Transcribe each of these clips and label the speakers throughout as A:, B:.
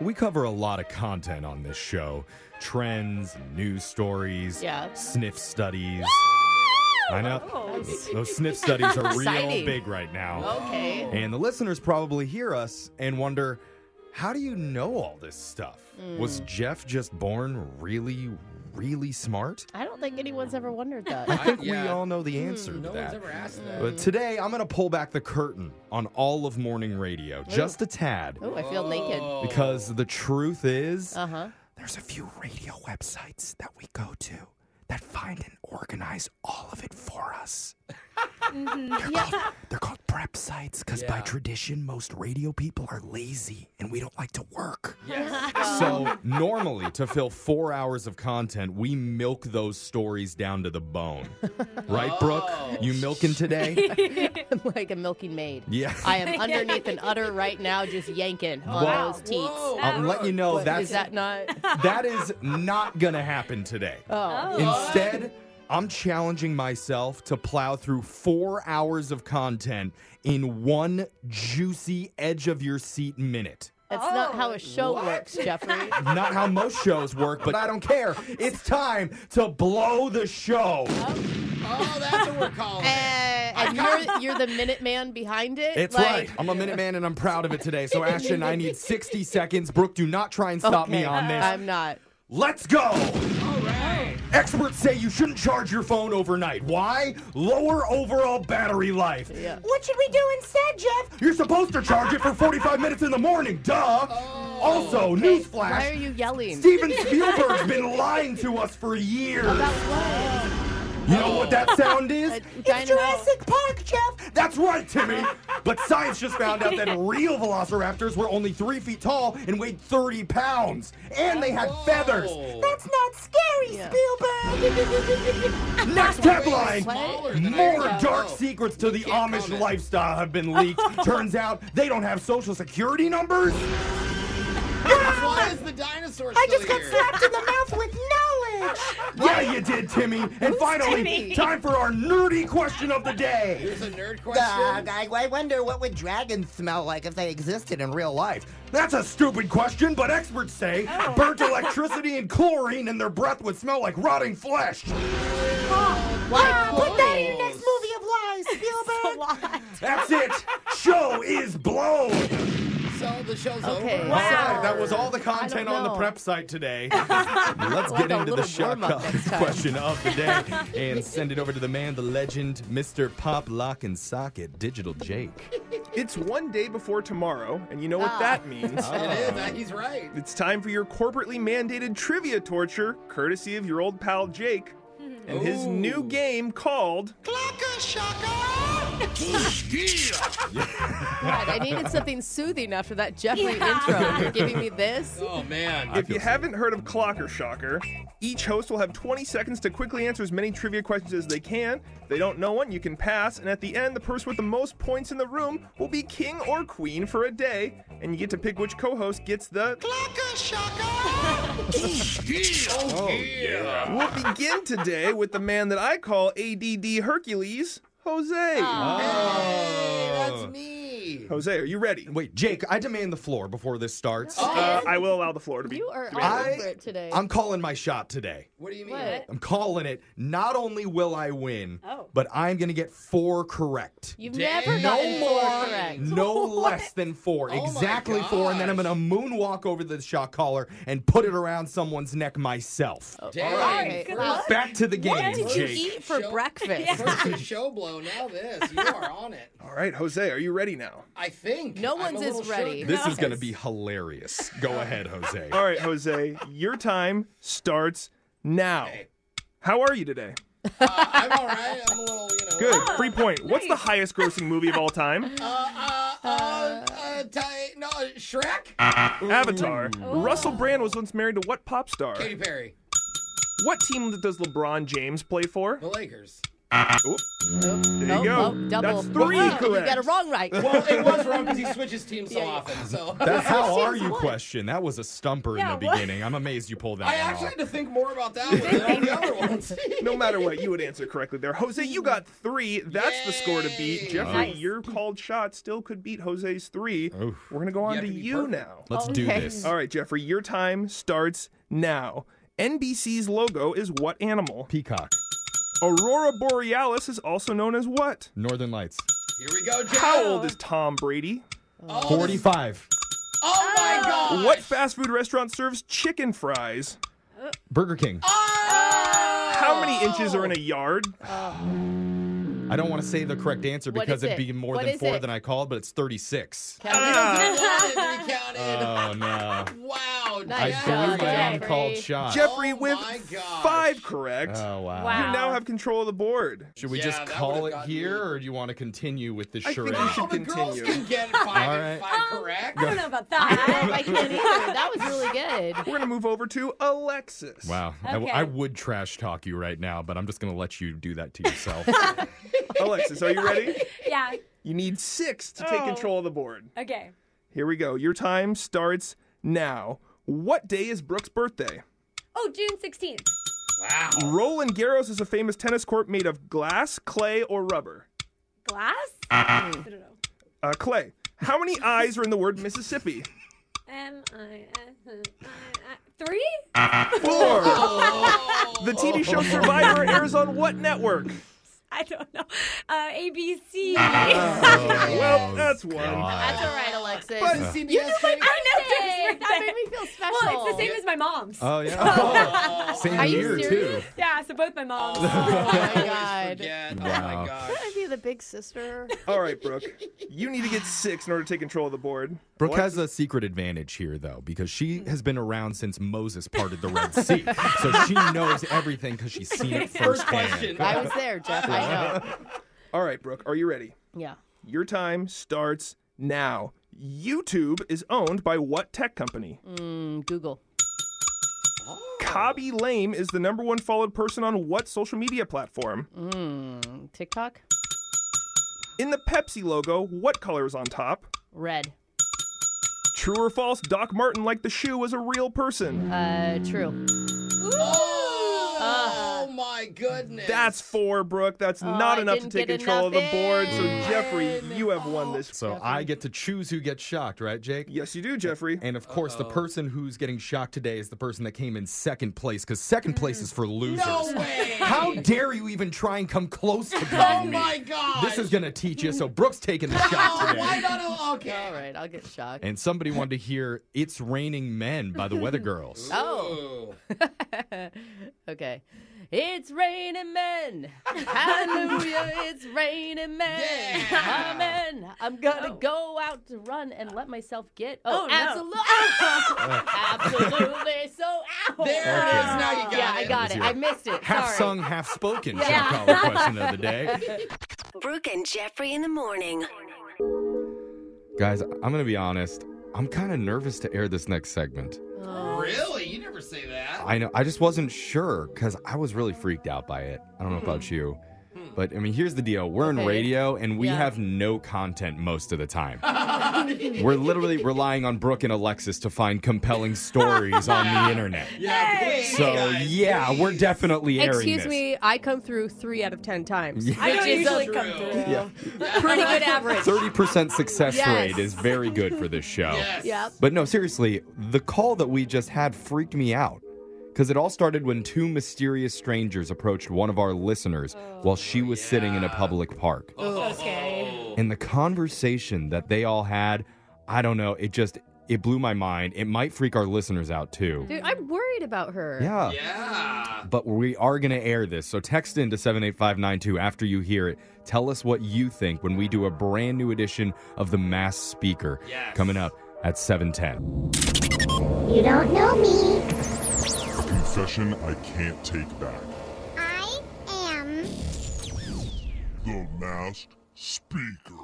A: We cover a lot of content on this show trends, news stories,
B: Yeah.
A: sniff studies. I know.
C: Oh,
D: Oh.
A: Those sniff studies are real
B: Exciting.
A: big right now.
B: Okay.
A: And the listeners probably hear us and wonder how do you know all this stuff?
C: Mm.
A: Was Jeff just born really, really smart?
B: I don't think anyone's ever wondered
A: I
B: that.
A: think we
C: Uh, yeah. Hmm,
A: all know the answer to
C: No
A: that.
C: one's ever asked that.
A: But today, I'm going to pull back the curtain on all of morning radio, just a tad,
B: Oh, I feel naked.
A: because the truth is
B: Uh huh.
A: there's a few radio websites that we go to that find and organize all of it for us.
C: Mm-hmm.
A: they're, called, they're called prep sites because by
C: Yeah.
A: tradition, most radio people are lazy and we don't like to work.
C: Yes.
E: Oh,
A: So, normally, to fill four hours of content, we milk those stories down to the bone. Right, Brooke?
B: Oh.
A: You milking today?
B: I'm like a milking maid.
A: Yeah.
B: I am underneath an udder right now, just yanking on
A: Wow.
B: those teats.
C: Whoa.
A: I'm letting you know that's
B: Is that not?
A: that is not gonna happen today.
B: Oh.
A: Instead, I'm challenging myself to plow through four hours of content in one juicy edge of your seat minute.
B: That's not how a show works, Jeffrey.
A: Not how most shows work, but I don't care. It's time to blow the show.
C: Oh, that's what we're calling it.
B: Eh, and you're, you're the Minuteman behind it?
A: It's
B: like,
A: right. I'm a minute man and I'm proud of it today. So, Ashton, I need 60 seconds. Brooke, do not try and stop me
B: okay,
A: on this.
B: I'm not.
A: Let's go.
C: All right.
A: Experts say you shouldn't charge your phone overnight. Why? Lower overall battery life.
B: Yeah.
A: What should we do instead, Jeff? You're supposed to charge it for 45 minutes in the morning, duh. Also,
B: Oh, Why are
A: newsflash,
B: you yelling?
A: Steven Spielberg's been lying to us for years. You know what that sound is?
B: Uh, Dino-
A: Park, Jeff. That's right, Timmy. But science just found out that real velociraptors were only three feet tall and weighed 30 pounds, and they had
B: Oh.
A: feathers.
C: Whoa.
A: That's not scary,
B: Yeah.
A: Spielberg. Next headline.
C: Smaller than I
A: More
C: thought.
A: dark
C: Oh.
A: secrets to the
C: Can't
A: Amish
C: comment.
A: lifestyle have been leaked. Turns out they don't have social security numbers.
C: Why is the dinosaur still here?
A: in the mouth with knowledge. Yeah, you did, Timmy. And finally,
B: Timmy?
A: time for our nerdy question of the day.
C: There's a nerd question.
F: Uh, I, I wonder what would dragons smell like if they existed in real life.
A: That's a stupid question, but experts say
C: Oh.
A: burnt electricity and chlorine in their breath would smell like rotting flesh. Ah,
B: Why?
C: Put that in the next
F: Movie of lies, Spielberg.
A: That's it. Show is blown.
C: So the show's
B: Okay.
C: over.
B: Wow.
A: Sorry, that was all the content
B: I don't
A: on the
B: know.
A: prep site today. Let's get
B: a
A: into the
B: little
A: shock
B: warm-up next time.
A: question of the day and send it over to the man, the legend, Mr. Pop Lock and Socket, Digital Jake.
G: It's one day before tomorrow, and you know what
B: Ah.
G: that means.
C: It is. He's right.
G: It's time for your corporately mandated trivia torture, courtesy of your old pal Jake and his new game called
B: God, I needed something soothing after that Jeffrey intro. You're giving me this?
C: Oh man.
G: If you haven't heard of Clocker Shocker, each host will have 20 seconds to quickly answer as many trivia questions as they can. If they don't know one, you can pass, and at the end, the person with the most points in the room will be king or queen for a day, and you get to pick which co-host gets the
C: Oh, yeah.
G: We'll begin today with the man that I call ADD Hercules, Jose.
D: Ah.
C: Hey, that's me.
G: Jose, are you ready?
A: Wait, Jake, I demand the floor before this starts.
G: Uh, I will allow the floor to be.
B: Oh. You are all
A: I-
B: over it today.
A: I'm calling my shot today.
C: What do you mean?
B: What?
A: I'm calling it. Not only will I win,
D: Oh.
A: but I'm going to get four correct.
B: You've
C: Dang.
B: never
C: No
B: gotten four
C: more.
B: correct.
A: No less than four.
C: Oh my
A: exactly four. And then I'm
C: gosh.
A: going to moonwalk over to the shot collar and put it around someone's neck myself.
C: Dang.
B: Oh, right.
C: First-
B: Wow.
A: Back to the game,
B: What did you
A: Jake.
B: eat for
C: Show-
B: breakfast?
C: First a show blow, now this. You are on it.
G: All right, Jose, are you ready now?
C: I think.
B: No
C: I'm a
B: one's is
C: little
B: ready.
C: shook.
A: This is going to be hilarious. Go ahead, Jose.
G: All right, Jose, your time starts now. How are you today?
C: Uh, I'm all right. I'm a little, you know.
G: Good. Free point. What's the highest grossing movie of all time?
C: Uh, uh, uh, uh, ti- no, Shrek?
G: Uh, Avatar. Russell Brand was once married to what pop star?
C: Katy Perry.
G: What team does LeBron James play for?
C: The Lakers.
G: Oop,
B: Oh,
G: there you
B: oh,
G: go.
B: oh, double.
G: That's three
B: Oh, You
G: correct.
B: got it wrong right.
C: Well, it was wrong because he switches teams so often. So
D: That's how are
E: Questions
D: you
E: one.
D: question. That was a stumper
E: Yeah,
D: in the
E: what?
D: beginning. I'm amazed you pulled that
C: I
D: one
C: actually
D: off.
C: had to think more about that one than all the other ones.
G: No matter what, you would answer correctly there. Jose, you got three. That's the score to beat.
C: Yay.
G: Jeffrey,
E: Nice.
G: your called shot still could beat Jose's three.
D: Oof.
G: We're going to go on
C: have
G: to
C: to be
G: you
C: perfect.
G: now.
D: Let's do
B: Okay.
D: this.
G: All right, Jeffrey, your time starts now. NBC's logo is what animal?
D: Peacock.
G: Aurora Borealis is also known as what?
D: Northern Lights.
C: Here we go, Jeff.
G: How old is Tom Brady?
C: Oh, this-
D: 45.
C: Oh my God.
G: What fast food restaurant serves chicken fries?
D: Burger King.
E: Oh!
G: How many inches are in a yard?
D: I don't want to say the correct answer
B: What
D: because
B: is
D: it'd
B: it?
D: be more
B: What
D: than
B: is
D: four
B: it?
D: than I called, but it's 36.
C: Counted, recounted.
D: Oh, no.
C: wow,
D: I
B: Nice
C: Jeff.
B: job,
D: blew my own
B: Jeffrey.
D: called shot.
G: Jeffrey
C: Oh
G: with
C: my gosh.
G: five correct.
D: Oh, wow.
E: Wow.
G: You now have control of the board.
D: Should we
C: Yeah,
D: just
C: that
D: call
C: would've
D: it
C: gotten
D: here,
C: me.
D: or do you want to continue with the
G: I think we
D: charade?
G: should-
C: Oh, the girls
G: Continue.
C: can get five
D: All
C: and
D: right.
C: five correct.
E: I don't know about
B: I
E: that.
B: can't either. That was really good.
G: We're going to move over to Alexis.
D: Wow. I w I
E: Okay.
D: I would trash talk you right now, but I'm just going to let you do that to yourself.
C: Oh,
G: Alexis, are you ready?
E: yeah.
G: You need six to take
E: Oh.
G: control of the board.
E: Okay.
G: Here we go. Your time starts now. What day is Brooke's birthday?
E: Oh, June 16th.
C: Wow.
G: Roland Garros is a famous tennis court made of glass, clay, or rubber.
E: Glass?
D: Ah.
E: I don't know.
G: Uh, clay. How many I's are in the word Mississippi?
E: M I S I three?
G: Four.
C: Oh,
G: The TV show Survivor airs on what network?
E: I don't know. Uh, A B C.
D: Oh.
G: well, that's one.
B: That's all right, Alexis.
C: is it CBS thing?
E: I know. Brooke's
B: that
E: birthday.
B: made me feel special.
E: Well, it's the same as my mom's.
D: Oh, yeah. Same
B: Are you
D: year,
B: serious?
E: yeah, so both my moms.
C: Oh, I always
B: God.
C: forget. Oh
D: Wow.
C: my gosh.
B: Can I be the big sister?
G: All right, Brooke. You need to get six in order to take control of the board.
D: Brooke
G: Alexis-
D: has a secret advantage here, though, because she
C: Hmm.
D: has been around since Moses parted the Red Sea. so she knows everything because she's seen it
C: First
D: firsthand.
C: question.
B: I was there, Jeff. I know.
G: All right, Brooke, are you ready?
B: Yeah.
G: Your time starts now. YouTube is owned by what tech company?
B: Mm, Google.
G: Cobby Lame is the number one followed person on what social media platform?
B: Mm, TikTok.
G: In the Pepsi logo, what color is on top?
B: Red.
G: True or false, Doc Martin, like the shoe, was a real person.
B: Uh, true.
C: Oh, my goodness.
G: That's four, Brooke. That's not
B: Oh, I
G: enough to
B: didn't
G: take
B: get
G: control of the
B: enough
G: board. So,
B: in.
G: Jeffrey, you have won this.
D: So I get to choose who gets shocked, right, Jake?
G: Yes, you do, Jeffrey.
D: And of course, the person who's getting shocked today is the person that came in second place because
B: Mm.
D: second place is for losers.
C: no way.
D: How dare you even try and come close to
C: Oh
D: beating me?
C: my gosh.
D: This is going to teach you. So Brooke's taking the
C: Oh,
D: shot
C: why
D: today.
C: not? al- Okay.
B: All right, I'll get shocked.
D: And somebody wanted to hear It's Raining Men by the Weather Girls.
B: Oh.
C: Ooh.
B: Okay. It's raining men. Hallelujah. It's raining men.
C: Yeah.
B: Amen. I'm going to go out to run and let myself get. Oh,
E: Oh, no.
B: absolutely. absolutely. So, ow.
C: There it is. Now you got
B: yeah,
C: it.
B: I got it. I missed it.
D: Half
B: Sorry.
D: sung, half spoken. Shall
B: Yeah.
D: call the question of the day.
H: Brooke and Jeffrey in the morning.
D: Guys, I'm going to be honest. I'm kind of nervous to air this next segment.
C: Really? You never say that.
D: I know. I just wasn't sure because I was really freaked out by it. I don't know about you. But I mean, here's the deal. We're in
B: Okay.
D: radio and we
B: Yeah.
D: have no content most of the time. We're literally relying on Brooke and Alexis to find compelling stories on the internet.
C: Yeah, please,
D: So,
C: guys,
D: yeah, we're
C: please.
D: definitely airing
I: Excuse
D: this.
I: me, I come through three out of ten times.
E: I don't
C: Which is
E: usually
C: true.
E: come through.
I: Pretty good average.
D: 30% success
I: Yes.
D: rate is very good for this show.
C: Yes.
I: Yep.
D: But no, seriously, the call that we just had freaked me out. Because it all started when two mysterious strangers approached one of our listeners while she was sitting in a public park.
E: So scary.
D: And the conversation that they all had, I don't know, it just it blew my mind. It might freak our listeners out too.
B: Dude, I'm worried about her.
D: Yeah.
C: Yeah.
D: But we are going to air this. So text into 78592 after you hear it. Tell us what you think when we do a brand new edition of The Mass Speaker
C: Yes.
D: coming up at 710.
J: You don't know me.
K: Confession I can't take back.
J: I am.
K: The masked speaker.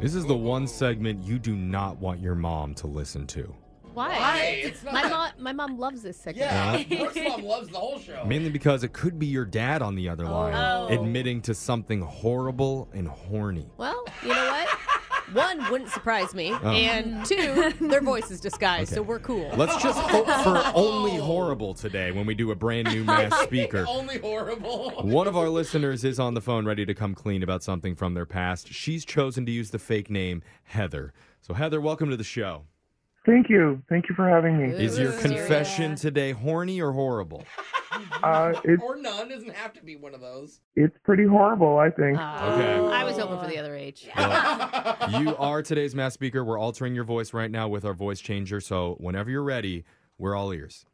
D: This is the one segment you do not want your mom to listen to.
B: Why?
C: Why? It's
B: My
C: not-
B: mom, my mom loves this segment.
C: Yeah,
D: Yeah.
C: Brooke's mom loves the whole show.
D: Mainly because it could be your dad on the other
B: Oh.
D: line admitting to something horrible and horny.
B: Well, you know what? One wouldn't surprise me,
D: Oh.
B: and two, their voice is disguised, so we're cool.
D: Let's just hope for only horrible today when we do a brand new mass speaker.
C: Only horrible.
D: One of our listeners is on the phone ready to come clean about something from their past. She's chosen to use the fake name Heather. So, Heather, welcome to the show.
L: Thank you. Thank you for having me.
D: Is your confession today horny or horrible?
L: Uh, it,
C: or none doesn't have to be one of those.
L: it's pretty horrible, I think.
D: Uh, Okay.
B: I was hoping for the other age.
D: You are today's mass speaker. We're altering your voice right now with our voice changer. So, whenever you're ready, we're all ears.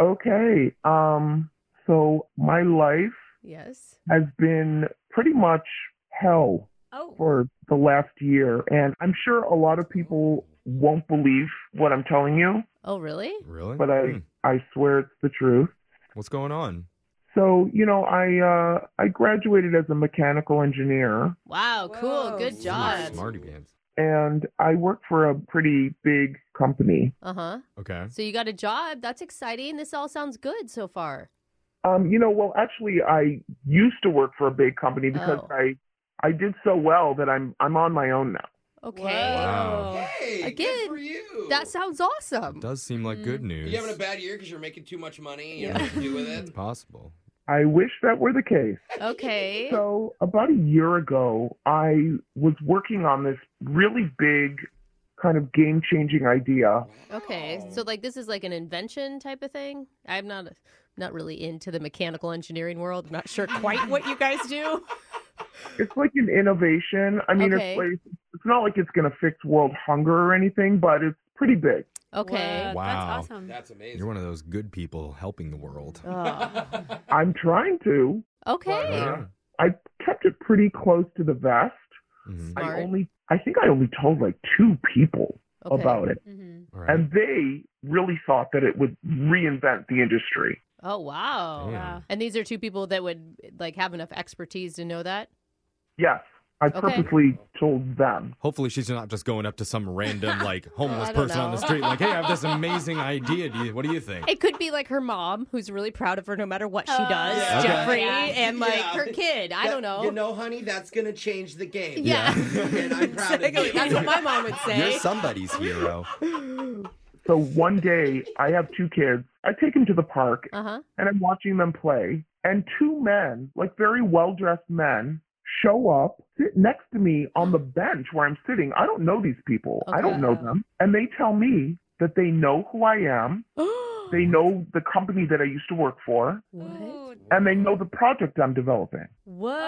L: Okay. Um, so my life
B: Yes.
L: has been pretty much hell
D: Oh.
L: for the last year. And I'm sure a lot of people won't believe what I'm telling you,
B: Oh, really?
D: Really? Hmm.
L: but I, I swear it's the truth.
D: What's going on?
L: So, you know, I, uh, I graduated as a mechanical engineer.
B: Wow, cool. Good job.
D: Smarty pants.
L: and I work for a pretty big company.
B: Uh huh.
D: Okay.
B: So you got a job. That's exciting. This all sounds good so far.
L: Um, you know, well, actually, I used to work for a big company because
B: Oh.
L: I I did so well that I'm I'm on my own now.
B: Okay.
D: Wow.
C: Hey, good
B: Again,
C: for you.
B: that sounds awesome.
D: Does seem
B: Hmm.
D: like good news.
C: You having a bad year because you're making too much money. and You don't know what to do with it.
D: It's possible.
L: I wish that were the case.
B: Okay.
L: So about a year ago, I was working on this really big kind of game changing idea.
B: Okay, so like this is like an invention type of thing. I'm not not really into the mechanical engineering world. I'm not sure quite what you guys do.
L: It's like an innovation. I mean,
B: Okay.
L: it's like, it's not like it's going to fix world hunger or anything, but it's pretty big.
B: Okay.
D: wow.
C: That's amazing.
D: You're one of those good people helping the world.
L: I'm trying to.
B: okay.
D: Yeah.
L: Um, I kept it pretty close to the vest. I
D: Mm-hmm.
B: Smart.
L: only, I think I only told like two people
B: Okay. Mm-hmm.
L: about it,
D: All right.
L: and they really thought that it would reinvent the industry.
B: Oh wow.
D: Damn.
B: And these are two people that would like have enough expertise to know that.
L: Yes, I
B: Okay.
L: purposely told them.
D: Hopefully, she's not just going up to some random like homeless
B: I don't
D: person on the
B: know.
D: street, like, "Hey, I have this amazing idea. Do you, what do you think?"
B: It could be like her mom, who's really proud of her no matter what she does,
D: yeah. Okay.
B: Jeffrey,
I: Yeah.
B: and like
C: Yeah.
B: her kid. I
C: That-
B: don't know.
C: You know, honey, that's gonna change the game.
B: yeah.
C: and I'm proud of
B: Exactly.
C: you.
B: That's what my mom would say.
D: You're somebody's hero.
L: So one day, I have two kids. I take them to the park,
B: Uh huh.
L: and I'm watching them play. And two men, like very well dressed men, show up, sit next to me on the bench where I'm sitting. I don't know these people. I don't know them, and they tell me that they know who I am. They know the company that I used to work for,
B: What?
L: and they know the project I'm developing.
B: What?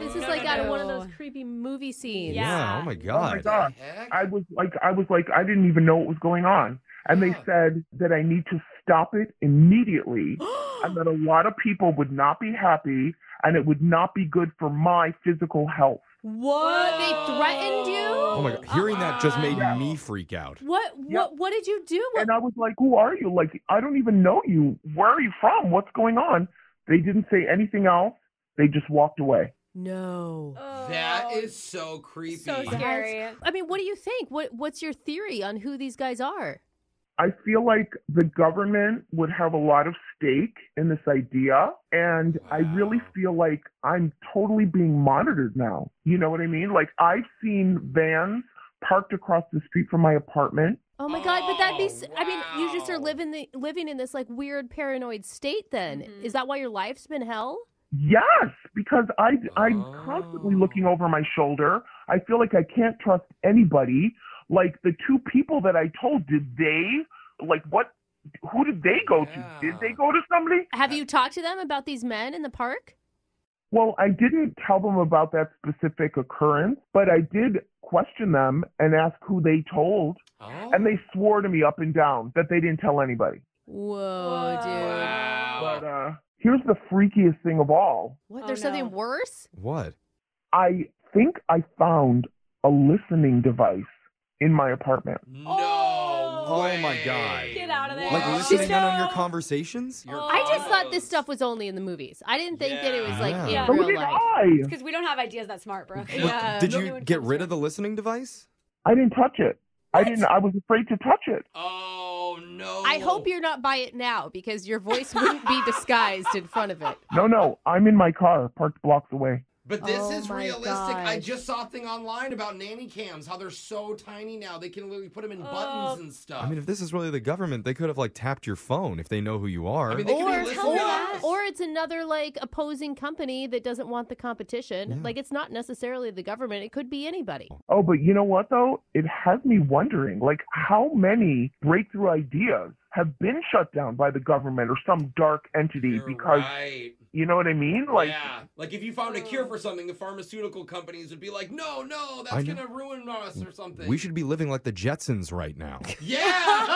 B: this is
E: no,
B: like
E: no,
B: out of one of
E: no.
B: those creepy movie scenes.
D: Yeah. Oh my god.
L: Oh my gosh!
C: Heck?
L: I was like, I was like, I didn't even know what was going on, and they
C: Yeah.
L: said that I need to stop it immediately, and that a lot of people would not be happy, and it would not be good for my physical health.
B: What? They threatened you?
D: Oh my god. Hearing that just made me freak out.
B: What? What? What did you do? What-
L: And I was like, Who are you? Like, I don't even know you. Where are you from? What's going on? They didn't say anything else. They just walked away.
B: no.
C: That is so creepy.
E: so scary.
B: I mean, what do you think? What? What's your theory on who these guys are?
L: I feel like the government would have a lot of stake in this idea. And I really feel like I'm totally being monitored now. You know what I mean? Like, I've seen vans parked across the street from my apartment.
B: Oh my god! But that'd be. s
C: Oh,
B: I I mean, you just are
C: wow.
B: living the living in this like weird paranoid state. Then is that why your life's been hell?
L: Yes, because I, I'm constantly looking over my shoulder. I feel like I can't trust anybody. Like, the two people that I told, did they, like, what? Who did they go to? Did they go to somebody?
B: Have you talked to them about these men in the park?
L: Well, I didn't tell them about that specific occurrence, but I did question them and ask who they told.
C: Oh.
L: And they swore to me up and down that they didn't tell anybody.
B: Whoa, dude!
L: But uh, here's the freakiest thing of all
B: What?
I: Oh,
B: There's
I: no.
B: something worse?
D: What?
L: I think I found a listening device in my apartment.
B: Mm.
C: No.
D: Oh
C: way.
D: my God.
E: Get out of there.
D: Like
C: Wow.
D: listening in on your
E: No.
D: conversations?
B: I just thought this stuff was only in the movies. I didn't think that it was like
D: Yeah.
B: in
L: But
B: real
L: did
B: life.
L: I?
E: because
B: uh,
E: we don't have ideas that smart, bro.
D: What- Did you get rid of the listening device?
L: I didn't touch it. I I didn't. I was afraid to touch it.
C: Oh,
B: I hope you're not by it now because your voice wouldn't be disguised in front of it.
L: No, no. I'm in my car, parked blocks away.
C: But this
B: Oh
C: is
B: my
C: realistic. I
B: gosh.
C: just saw a thing online about nanny cams, how they're so tiny now. They can literally put them
E: Oh.
C: in buttons and
B: Oh.
C: stuff.
D: I mean, if this is really the government, they could have like tapped your phone if they know who you are.
B: or, or, or it's another like opposing company that doesn't want the competition. Like it's not necessarily the government; it could be anybody.
L: Oh, but you know what though? It has me wondering, like, how many breakthrough ideas have been shut down by the government or some dark entity because
C: right.
L: you know what I mean? Like,
C: yeah. Like if you found a
E: Oh.
C: cure for something, the pharmaceutical companies would be like, no, no,
D: I
C: that's
D: know.
C: going to ruin us or something.
D: We should be living like the Jetsons right now.
C: Yeah.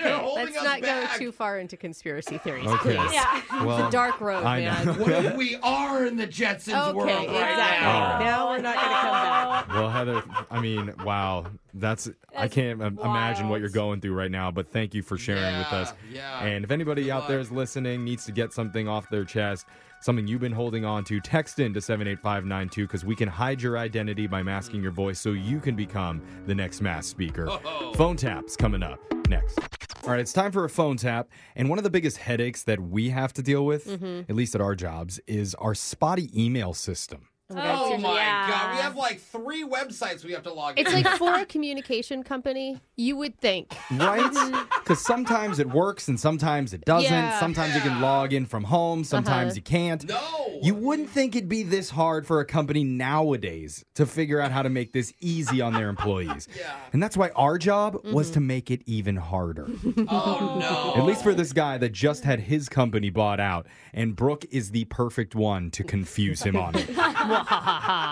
C: They're
B: Okay,
C: holding
B: let's
C: us
B: not
C: back.
B: go too far into conspiracy theories,
D: Okay.
B: please.
D: Yeah.
B: it's
D: Well,
B: a dark road,
D: I
B: man.
D: know.
C: What if we are in the Jetsons
B: Okay,
C: world right
B: exactly.
C: now?
I: Now we're not gonna come back.
B: Oh.
D: Well, Heather, I mean, wow, that's, I can't im- imagine what you're going through right now. But thank you for sharing with us.
C: Yeah.
D: And if anybody out there is listening, needs to get something off their chest, something you've been holding on to, text in to seven eight five nine two because we can hide your identity by masking your voice so you can become the next mass speaker. Phone taps coming up next. All right, it's time for a phone tap. And one of the biggest headaches that we have to deal with,
C: Mhm.
D: at least at our jobs, is our spotty email system.
C: Oh my
B: Yeah.
C: god, we have like three websites we have to log
B: It's
C: in.
B: like for a communication company, you would think.
D: Right? Because sometimes it works and sometimes it doesn't.
B: Uh-huh. Yeah.
D: Sometimes you can log in from home, sometimes
B: Uh-huh.
D: you can't.
C: No!
D: You wouldn't think it'd be this hard for a company nowadays to figure out how to make this easy on their employees. yeah. And that's why our job was
B: Mm-hmm.
D: to make it even harder.
C: oh no.
D: At least for this guy that just had his company bought out, and Brooke is the perfect one to confuse him on it.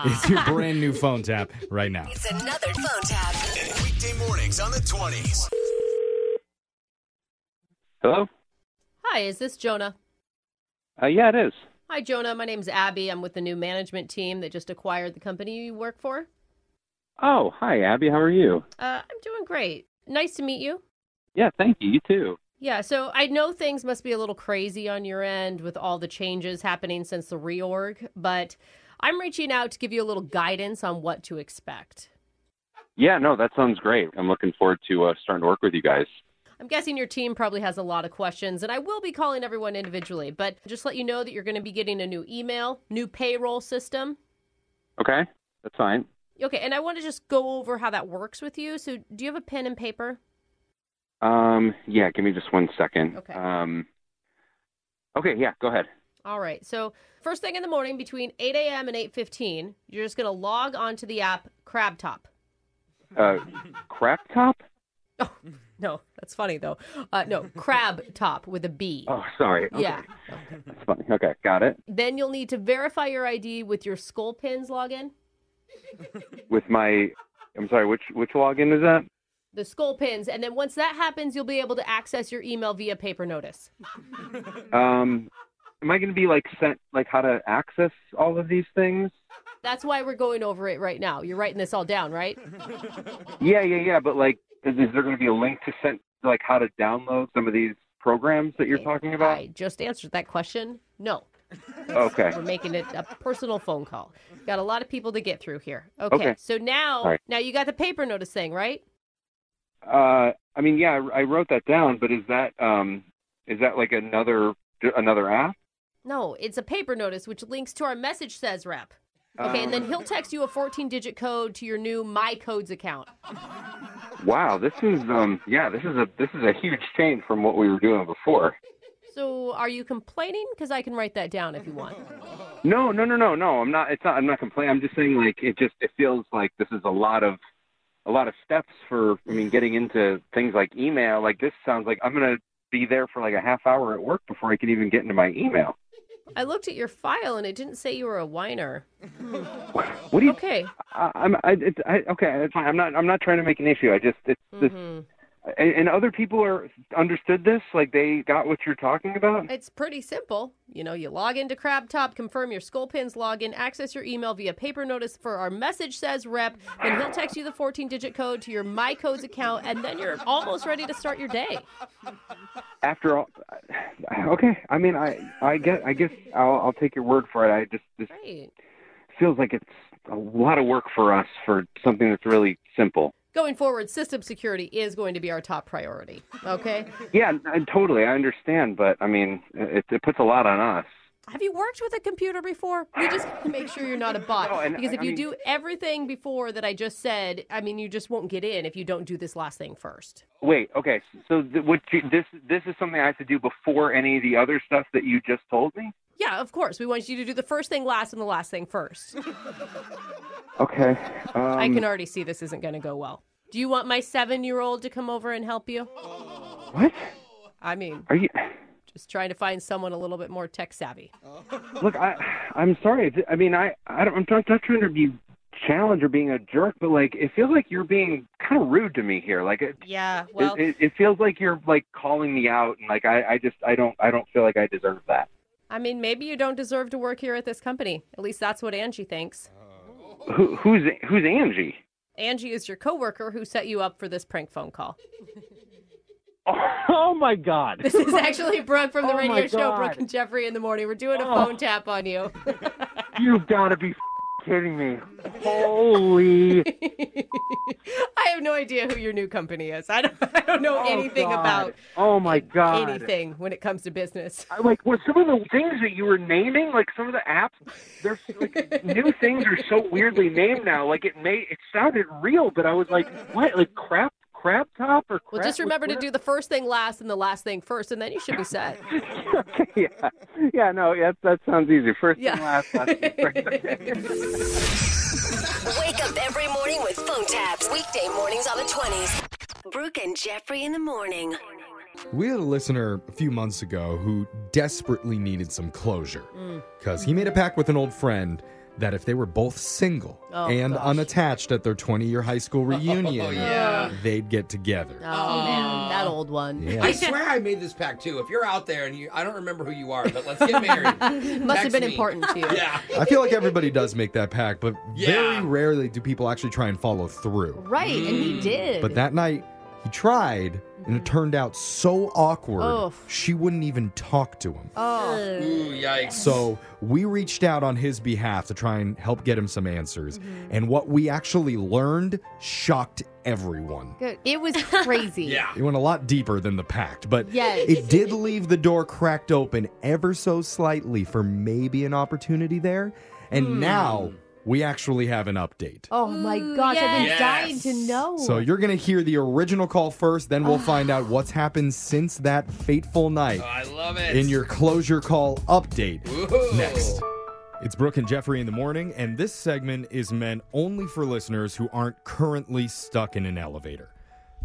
D: It's your brand new phone tap right now.
H: It's another phone tap.
M: Weekday mornings on the 20s.
N: Hello?
B: Hi, is this Jonah?
N: Uh, yeah, it is.
B: Hi, Jonah. My name's Abby. I'm with the new management team that just acquired the company you work for.
N: Oh, hi, Abby. How are you?
B: Uh, I'm doing great. Nice to meet you.
N: Yeah, thank you. You too.
B: Yeah, so I know things must be a little crazy on your end with all the changes happening since the reorg, but I'm reaching out to give you a little guidance on what to expect.
N: Yeah, no, that sounds great. I'm looking forward to uh, starting to work with you guys.
B: I'm guessing your team probably has a lot of questions, and I will be calling everyone individually, but just let you know that you're going to be getting a new email, new payroll system.
N: Okay? That's fine.
B: Okay, and I want to just go over how that works with you. So, do you have a pen and paper?
N: Um, yeah, give me just one second.
B: Okay.
N: Um, okay, yeah, go ahead.
B: All right. So first thing in the morning between 8 a.m. and 8:15, you're just gonna log onto the app Crab Top.
N: Uh, crap top?
B: No, that's funny though. Uh, no, Crab Top with a B.
N: Oh, sorry. Okay.
B: Yeah.
N: That's funny. Okay, got it.
B: Then you'll need to verify your ID with your Skull Pins login.
N: With my, I'm sorry, which, which login is that?
B: The Skull Pins, and then once that happens, you'll be able to access your email via paper notice.
N: Um, am I going to be like sent, like how to access all of these things?
B: That's why we're going over it right now. You're writing this all down, right?
N: Yeah, yeah, yeah. But like, is, is there going to be a link to send, like, how to download some of these programs that you're talking about?
B: I just answered that question. No.
N: Okay.
B: We're making it a personal phone call. Got a lot of people to get through here. Okay.
N: Okay.
B: So now,
N: All right.
B: now you got the paper notice thing, right?
N: Uh, I mean, yeah, I, I wrote that down, but is that um, is that like another another app?
B: No, it's a paper notice which links to our message says rep. Okay,
N: Um,
B: and then he'll text you a 14 digit code to your new My Codes account.
N: Wow, this is um, yeah, this is a this is a huge change from what we were doing before.
B: So are you complaining? Because I can write that down if you want.
N: No, no, no, no, no. I'm not. It's not. I'm not complaining. I'm just saying, like, it just it feels like this is a lot of a lot of steps for. I mean, getting into things like email. Like this sounds like I'm gonna be there for like a half hour at work before I can even get into my email.
B: I looked at your file and it didn't say you were a whiner.
N: What do you?
B: Okay.
N: I, I'm. I, it, I. Okay. It's fine. I'm not. I'm not trying to make an issue. I just. It's this.
B: Mhm.
N: And, and other people are understood this, like they got what you're talking about.
B: It's pretty simple. You know, you log into CrabTop, confirm your Skullpins login, access your email via paper notice for our message says rep, then he'll text you the 14 digit code to your My Codes account, and then you're almost ready to start your day.
N: After all, okay. I mean, I, I get. I guess I'll, I'll take your word for it. I just this
B: Great.
N: feels like it's a lot of work for us for something that's really simple.
B: going forward, system security is going to be our top priority. Okay.
N: Yeah, n- totally. I understand, but I mean, it, it puts a lot on us.
B: Have you worked with a computer before? We just have to make sure you're not a bot.
N: No, and
B: because if
N: I- I
B: you
N: mean-
B: do everything before that I just said, I mean, you just won't get in if you don't do this last thing first.
N: Wait, okay. So th- what you, this this is something I have to do before any of the other stuff that you just told me?
B: Yeah, of course. We want you to do the first thing last and the last thing first.
N: Okay. Um,
B: I can already see this isn't going to go well. Do you want my seven year old to come over and help you?
N: What?
B: I mean,
N: Are you?
B: just trying to find someone a little bit more tech savvy.
N: Look, I I'm sorry. I mean, I I don't I'm not, not trying to be challenged or being a jerk, but like it feels like you're being kind of rude to me here. Like it,
B: Yeah, well,
N: it, it, it feels like you're like calling me out, and like I I just I don't I don't feel like I deserve that.
B: I mean, maybe you don't deserve to work here at this company. At least that's what Angie thinks.
N: Who, who's who's Angie?
B: Angie is your coworker who set you up for this prank phone call.
O: Oh my God.
B: This is actually Brooke from the
O: Oh my
B: radio show
O: God.
B: Brooke and Jeffrey in the morning. We're doing a
O: Oh.
B: phone tap on you.
O: You've got to be kidding me. Holy.
B: I have no idea who your new company is. I don't, I don't
N: Oh
B: know anything
O: God.
B: about
O: Oh my God.
B: anything when it comes to business.
O: I like
N: Well, some of the things that you were naming, like some of the apps, they're like new things are so weirdly named now. Like it made it sounded real, but I was like, what? Like crap, crap top or crap?
B: Well, just remember to do the first thing last and the last thing first, and then you should be set.
N: yeah, yeah, no, yeah, that sounds easy. First
B: Yeah.
N: and last.
H: Wake up every morning with phone taps. Weekday mornings on the 20s. Brooke and Jeffrey in the morning.
D: We had a listener a few months ago who desperately needed some closure because Mm. he made a pact with an old friend that if they were both single
B: Oh,
D: and
B: gosh.
D: unattached at their 20 year high school reunion,
C: yeah.
D: they'd get together.
B: Oh, man, that old one.
D: Yeah.
C: I swear I made this pact too. If you're out there and you, I don't remember who you are, but let's get married.
B: Must have
C: Text
B: been
C: me.
B: important to you.
C: Yeah.
D: I feel like everybody does make that pact, but
C: Yeah.
D: very rarely do people actually try and follow through.
B: Right, and he did.
D: Mm. But that night, he tried, and it turned out so awkward,
B: Oof.
D: she wouldn't even talk to him.
B: Oh.
C: Ooh, yikes.
D: So we reached out on his behalf to try and help get him some answers.
B: Mm-hmm.
D: And what we actually learned shocked everyone.
B: Good. It was crazy.
C: yeah.
D: It went a lot deeper than the pact, but
B: Yes.
D: it did leave the door cracked open ever so slightly for maybe an opportunity there. And
B: Hmm.
D: now we actually have an update.
B: Oh my gosh, I've been
D: yes.
B: dying to know.
D: So you're going to hear the original call first, then
C: Ah.
D: we'll find out what's happened since that fateful night.
C: I love it.
D: in your closure call update
C: Ooh.
D: next. It's Brooke and Jeffrey in the morning, and this segment is meant only for listeners who aren't currently stuck in an elevator.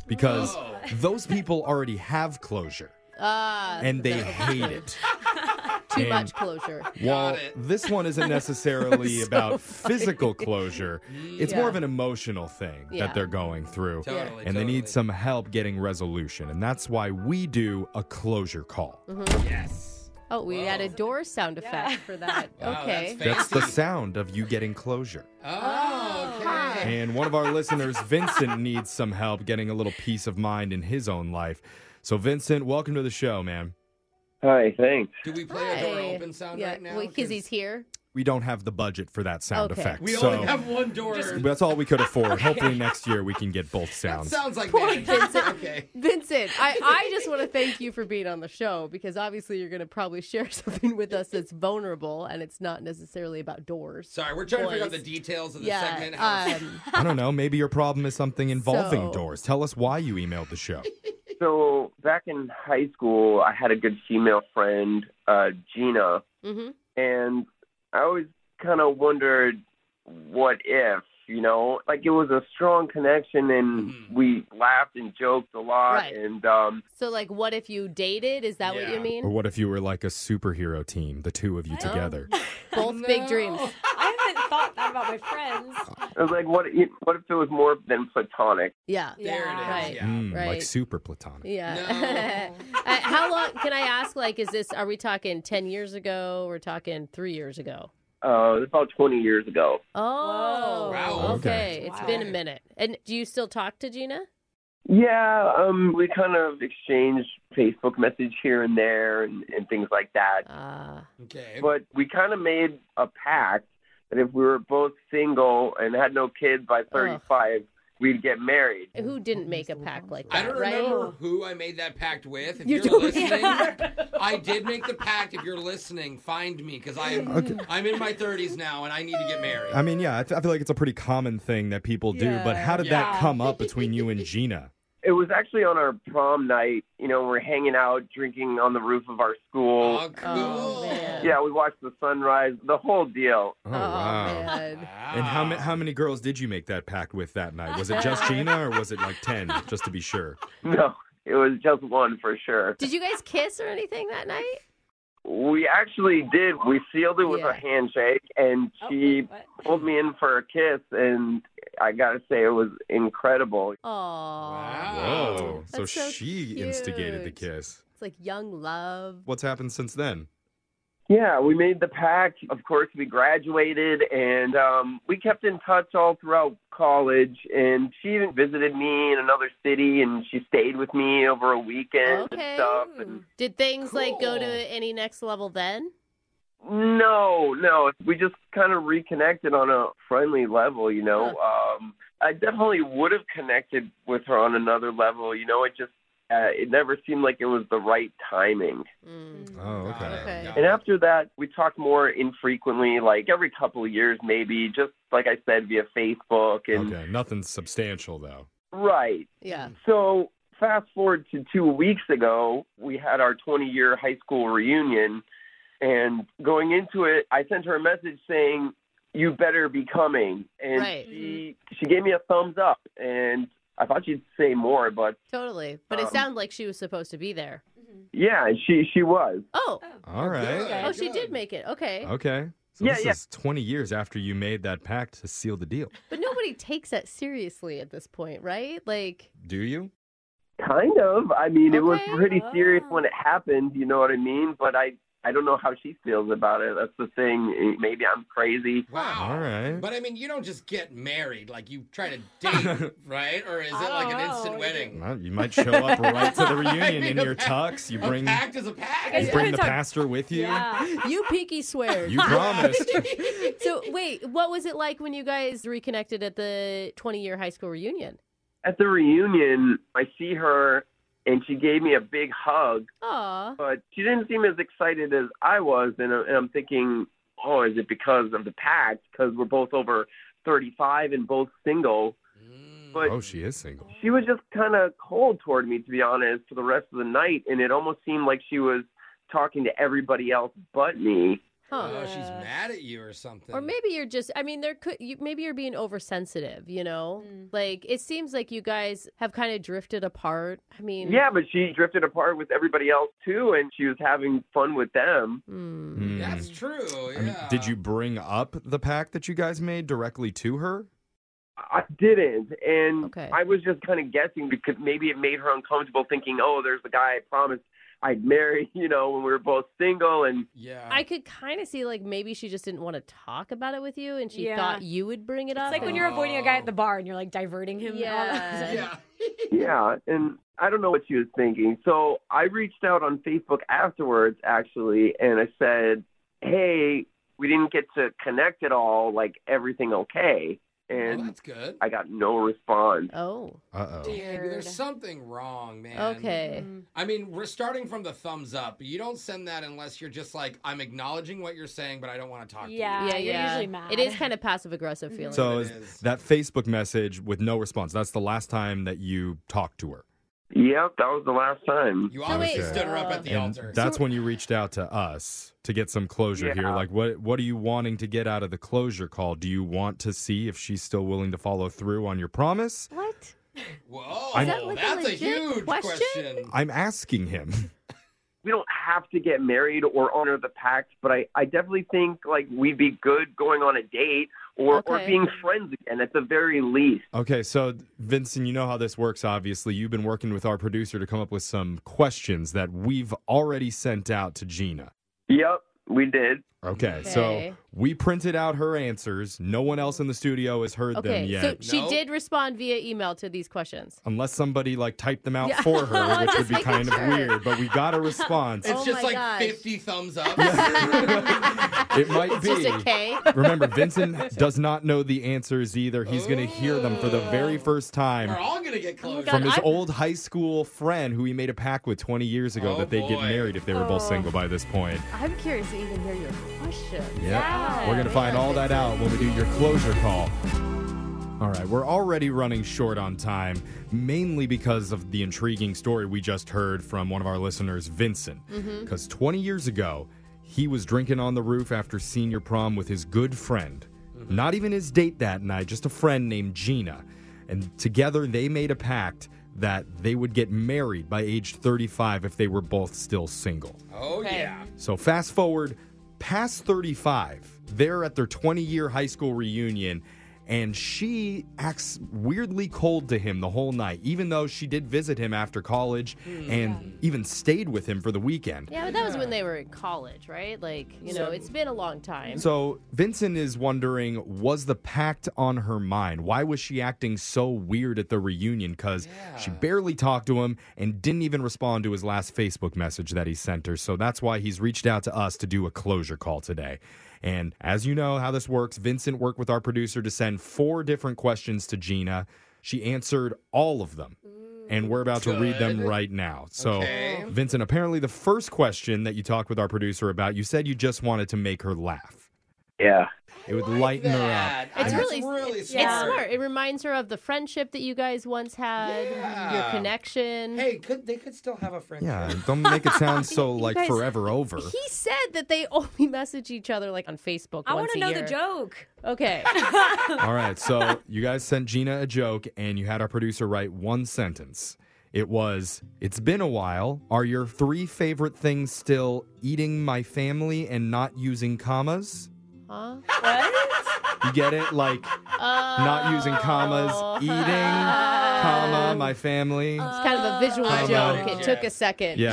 D: Because
C: Oh.
B: Whoa.
D: those people already have closure
B: Ah,
D: and they hate it.
B: too
D: And
B: much closure.
D: While this one isn't necessarily
B: So
D: about
B: funny.
D: physical closure, it's
B: Yeah.
D: more of an emotional thing
B: Yeah.
D: that they're going through.
B: Totally,
D: and they need some help getting resolution. And that's why we do a closure call.
B: Oh, Yes. Mm-hmm. Oh, we had a door sound effect for that.
C: Oh,
B: okay.
D: That's the sound of you getting closure.
B: Oh,
D: And one of our listeners, Vincent, needs some help getting a little peace of mind in his own life. So, Vincent, welcome to the show, man.
P: Hi, thanks.
C: Do we play a door open sound
B: yeah,
C: right now?
B: because he's here.
D: We don't have the budget for that sound
B: Okay.
D: effect.
C: We
D: so
C: only have one door.
D: that's all we could afford. Hopefully, next year we can get both sounds.
C: Sounds like
B: Poor
C: that.
B: Vincent.
C: okay.
B: Vincent, I, I just want to thank you for being on the show because obviously you're going to probably share something with us that's vulnerable and it's not necessarily about doors.
C: Sorry, we're trying to figure out the
B: Boys.
C: details of the
B: Yeah,
C: segment. How
B: um,
D: I don't know. Maybe your problem is something involving
P: So-
D: doors. Tell us why you emailed the show.
P: So back in high school, I had a good female friend, uh, Gina,
B: Mm-hmm.
P: and I always kind of wondered what if, you know, like it was a strong connection, and we laughed and joked a lot,
B: Right.
P: and um,
B: So, like, what if you dated? Is that what you
D: Or
B: mean?
D: what if you were like a superhero team, the two of you together?
B: Both big dreams.
I: I haven't thought that about my friends.
P: I was like, what? If, what if it was more than platonic?
B: Yeah.
I: There it is,
B: Right.
D: Mm,
B: Right.
D: Like super platonic.
B: yeah. Uh, How long can I ask? Like, is this? Are we talking ten years ago? We're talking three years ago.
P: Uh, it's about 20 years ago.
B: Oh,
P: Wow.
B: Okay,
P: Okay.
B: it's been a minute. And do you still talk to Gina?
P: Yeah, um, we kind of exchanged Facebook message here and there and, and things like that.
B: Ah.
C: okay.
P: But we kind of made a pact that if we were both single and had no kids by 35, we'd get married.
B: Who didn't make a pact like that?
C: I don't
B: right?
C: remember who I made that pact with. If
B: You
C: you are
B: don't-
C: listening, I did make the pact. If you're listening, find me because I'm
D: Okay.
C: I'm in my 30s now and I need to get married.
D: I mean, yeah, I, f- I feel like it's a pretty common thing that people do, but
C: Yeah.
D: how did
P: Yeah.
D: that come up between you and Gina?
P: It was actually on our prom night. You know, we're hanging out, drinking on the roof of our school.
B: Oh,
P: Yeah, we watched the sunrise, the whole deal.
D: Oh, wow.
C: Ah.
D: And how, ma- how many girls did you make that pact with that night? Was it just Gina or was it like 10, just to be sure?
P: No, it was just one for sure.
B: Did you guys kiss or anything that night?
P: We actually did. We sealed it with a handshake, and
B: Oh,
P: she pulled me in for a kiss, and I gotta say, it was incredible.
B: Oh,
D: Whoa. So,
B: That's so
D: she instigated the kiss.
B: it's like young love.
D: What's happened since then?
P: Yeah, we made the pact. Of course, we graduated, and um, we kept in touch all throughout college. And she even visited me in another city, and she stayed with me over a weekend
B: Okay.
P: and stuff. And
B: Did things like go to any next level then?
P: No, no. We just kind of reconnected on a friendly level, you know. Um, I definitely would have connected with her on another level, you know. It just uh, it never seemed like it was the right timing.
D: Oh, okay.
P: And after that, we talked more infrequently, like every couple of years, maybe. Just like I said, via Facebook and
D: Okay, nothing substantial, though.
P: right.
B: Yeah.
P: So fast forward to two weeks ago, we had our 20 year high school reunion. And going into it, I sent her a message saying, You better be coming. And
B: Right.
P: she, she gave me a thumbs up. And I thought she'd say more, but
B: Totally. But it
P: Um,
B: sounded like she was supposed to be there.
P: yeah, and she, she was.
B: Oh.
D: All right.
B: Oh, she did make it. Okay.
D: Okay. So
B: Yeah,
D: this
B: yeah.
D: is 20 years after you made that pact to seal the deal.
B: But nobody takes that seriously at this point, right? Like,
D: Do you?
P: Kind of. I mean, it was
B: Okay.
P: pretty serious when it happened. You know what I mean? But I, I don't know how she feels about it. That's the thing. Maybe I'm crazy.
C: Wow. All
D: right.
C: But I mean, you don't just get married. Like you try to date, right? Or is it like an
B: Oh,
C: instant wedding?
D: Well, you might show up right to the reunion in
C: A
D: your
C: pact-
D: tux. You
C: a
D: bring
C: pact is a pact.
D: you bring the pastor with you.
B: you pinky swear.
D: You promised.
B: so wait, what was it like when you guys reconnected at the 20-year high school reunion?
P: At the reunion, I see her, and she gave me a big hug,
B: Aw.
P: but she didn't seem as excited as I was. And, I- and I'm thinking, oh, is it because of the pact? Because we're both over 35 and both single. But
D: Oh, she is single.
P: she was just kind of cold toward me, to be honest, for the rest of the night, and it almost seemed like she was talking to everybody else but me.
B: Huh.
C: Oh, she's mad at you or something.
B: Or maybe you're just I mean there could you, maybe you're being oversensitive, you know? Like it seems like you guys have kind of drifted apart. I mean,
P: Yeah, but she drifted apart with everybody else too, and she was having fun with them.
D: Hmm.
C: That's true.
D: I mean, did you bring up the pact that you guys made directly to her?
P: I didn't, and I was just kind of guessing because maybe it made her uncomfortable, thinking, "Oh, there's the guy I promised I'd marry," you know, when we were both single, and
C: yeah,
B: I could kind of see like maybe she just didn't want to talk about it with you and she
I: Yeah.
B: thought you would bring it
I: It's
B: up.
I: like when you're avoiding a guy at the bar and you're like diverting him.
B: Yeah.
P: Yeah, and I don't know what she was thinking. So I reached out on Facebook afterwards, actually, and I said, "Hey, we didn't get to connect at all. Like everything okay?" And
C: that's good.
P: I got no response.
B: Oh.
D: Uh
C: Damn, there's something wrong, man.
B: Okay.
C: I mean, we're starting from the thumbs up. You don't send that unless you're just like, I'm acknowledging what you're saying, but I don't want to talk to you.
B: yeah, yeah. It is kind of passive aggressive feeling.
D: So is that Facebook message with no response. That's the last time that you talked to her.
P: Yep, that was the last time.
C: You obviously
D: Okay.
C: stood her up at the
D: And
C: altar.
D: That's when you reached out to us to get some closure here.
C: Yeah.
D: Like, what what are you wanting to get out of the closure call? Do you want to see if she's still willing to follow through on your promise?
B: What?
C: Whoa,
D: I'm- Is that
B: like a
C: that's a
B: legit
C: huge
B: question?
C: question.
D: I'm asking him.
P: we don't have to get married or honor the pact, but I, I definitely think like we'd be good going on a date or,
D: Okay.
P: or being friends again at the very least.
D: Okay, so Vincent, you know how this works, obviously. You've been working with our producer to come up with some questions that we've already sent out to Gina.
P: Yep. We did.
D: Okay,
B: Okay.
D: so we printed out her answers. No one else in the studio has heard them
B: Okay,
D: yet.
B: so she did respond via email to these questions.
D: Unless somebody like typed them out
B: Yeah.
D: for her, which would
B: Just
D: be
B: making
D: kind
B: sure.
D: of weird, but we got a response.
C: It's just
B: Oh my
C: like
B: gosh.
C: 50 thumbs up.
D: it might
B: It's
D: be.
B: just a K.
D: Remember, Vincent does not know the answers either. He's going to hear them for the
C: Oh.
D: very first time
C: We're all going to
B: Oh
C: get close.
D: from his old high school friend who he made a pact with 20 years ago that they'd get married if they were both
B: Oh.
D: single by this point.
B: I'm curious to even hear your question.
D: Yep. We're going to find all that out when we do your closure call. All right, we're already running short on time, mainly because of the intriguing story we just heard from one of our listeners, Vincent.
Q: Mhm.
D: Because 20 years ago, he was drinking on the roof after senior prom with his good friend. Not even his date that night, just a friend named Gina. And together they made a pact that they would get married by age 35 if they were both still single.
C: Oh, yeah.
D: So fast forward past 35, they're at their 20 year high school reunion, and she acts weirdly cold to him the whole night, even though she did visit him after college and even stayed with him for the weekend.
B: Yeah, but that was when they were in college, right? Like, you know, it's been a long time.
D: So Vincent is wondering was the pact on her mind? Why was she acting so weird at the reunion cuz she barely talked to him and didn't even respond to his last Facebook message that he sent her. So that's why he's reached out to us to do a closure call today. And as you know how this works, Vincent worked with our producer to send four different questions to Gina. She answered all of them. And we're about to read them
Q: Good.
D: right now. So,
Q: Okay.
D: Vincent, apparently the first question that you talked with our producer about, you said you just wanted to make her laugh.
P: Yeah.
D: It would lighten her up.
B: It's
D: And-
B: really,
C: really
B: it's
C: smart.
B: smart. It reminds her of the friendship that you guys once had, your
D: Yeah.
B: connection. Hey,
C: could they could still have a friendship?
D: Yeah, and don't make it sound so like
B: guys-
D: forever over.
B: He said that they only message each other like on Facebook.
I: I
B: want to
I: know the joke.
B: Okay.
D: All right, so you guys sent Gina a joke and you had our producer write one sentence. It was, It's been a while. Are your three favorite things still eating my family and not using commas?
B: Huh?
D: You get it? Like,
B: Oh.
D: not using commas, eating, comma, my family.
B: It's kind of a visual
D: Comma.
B: joke. It took a second.
D: Yeah.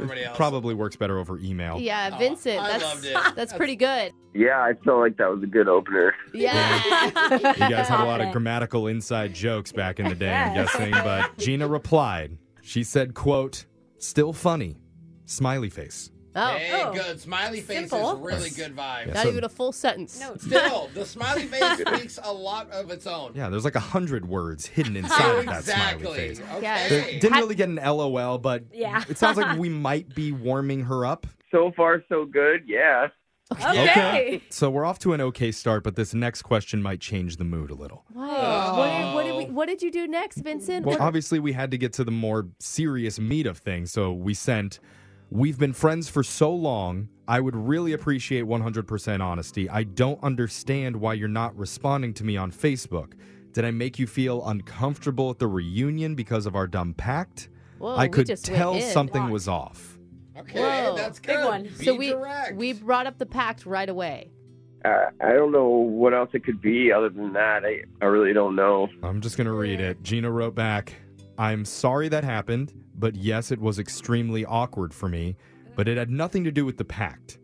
D: Oh.
B: Yeah.
D: Probably works better over email.
C: Oh,
B: Yeah, Vincent. that's, that's pretty good.
P: Yeah, I felt like that was a good opener.
B: Yeah.
D: You guys had a lot of grammatical inside jokes back in the day, I'm
B: Yes.
D: guessing. But Gina replied. She said, quote, still funny. Smiley face.
B: Oh.
C: Hey,
B: Oh.
C: good. Smiley face
B: Simple.
C: is really good vibe.
D: Yeah,
B: Not
D: so-
B: even a full sentence. No.
C: Still, the smiley face speaks a lot of its own.
D: Yeah, there's like a hundred words hidden inside of that smiley
C: Exactly.
D: face.
C: Okay.
D: They didn't really get an LOL, but
C: Yeah.
D: it sounds like we might be warming her up.
P: So far, so good. Yeah.
D: So we're off to an okay start, but this next question might change the mood a little.
B: What? What, did, what, did
C: Oh.
B: we, what did you do next, Vincent?
D: Well,
B: What-
D: obviously, we had to get to the more serious meat of things. So we sent, We've been friends for so long. I would really appreciate 100% honesty. I don't understand why you're not responding to me on Facebook. Did I make you feel uncomfortable at the reunion because of our dumb pact?
B: Whoa,
D: I
B: we
D: could
B: just went
D: tell
B: in.
D: something was off.
B: Whoa.
C: that's
B: Big
C: good.
B: one.
C: Be
B: so we
C: direct.
B: we brought up the pact right away.
P: I, I don't know what else it could be other than that. I, I really don't know.
D: I'm just going to read it. Gina wrote back, I'm sorry that happened, but yes, it was extremely awkward for me, but it had nothing to do with the pact.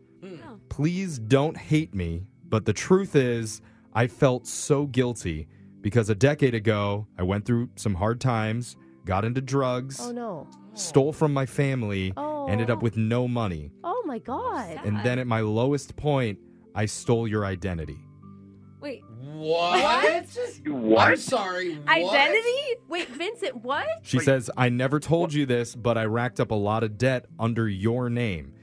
D: Please don't hate me, but the truth is, I felt so guilty because a decade ago, I went through some hard times, got into drugs,
B: Oh no.
D: stole from my family,
B: Oh.
D: ended up with no money.
B: Oh my god.
D: And then at my lowest point, I stole your identity.
B: Wait.
C: What?
D: What?
C: I'm sorry. What?
B: Identity? Wait, Vincent, what?
D: She says, I never told you this, but I racked up a lot of debt under your name.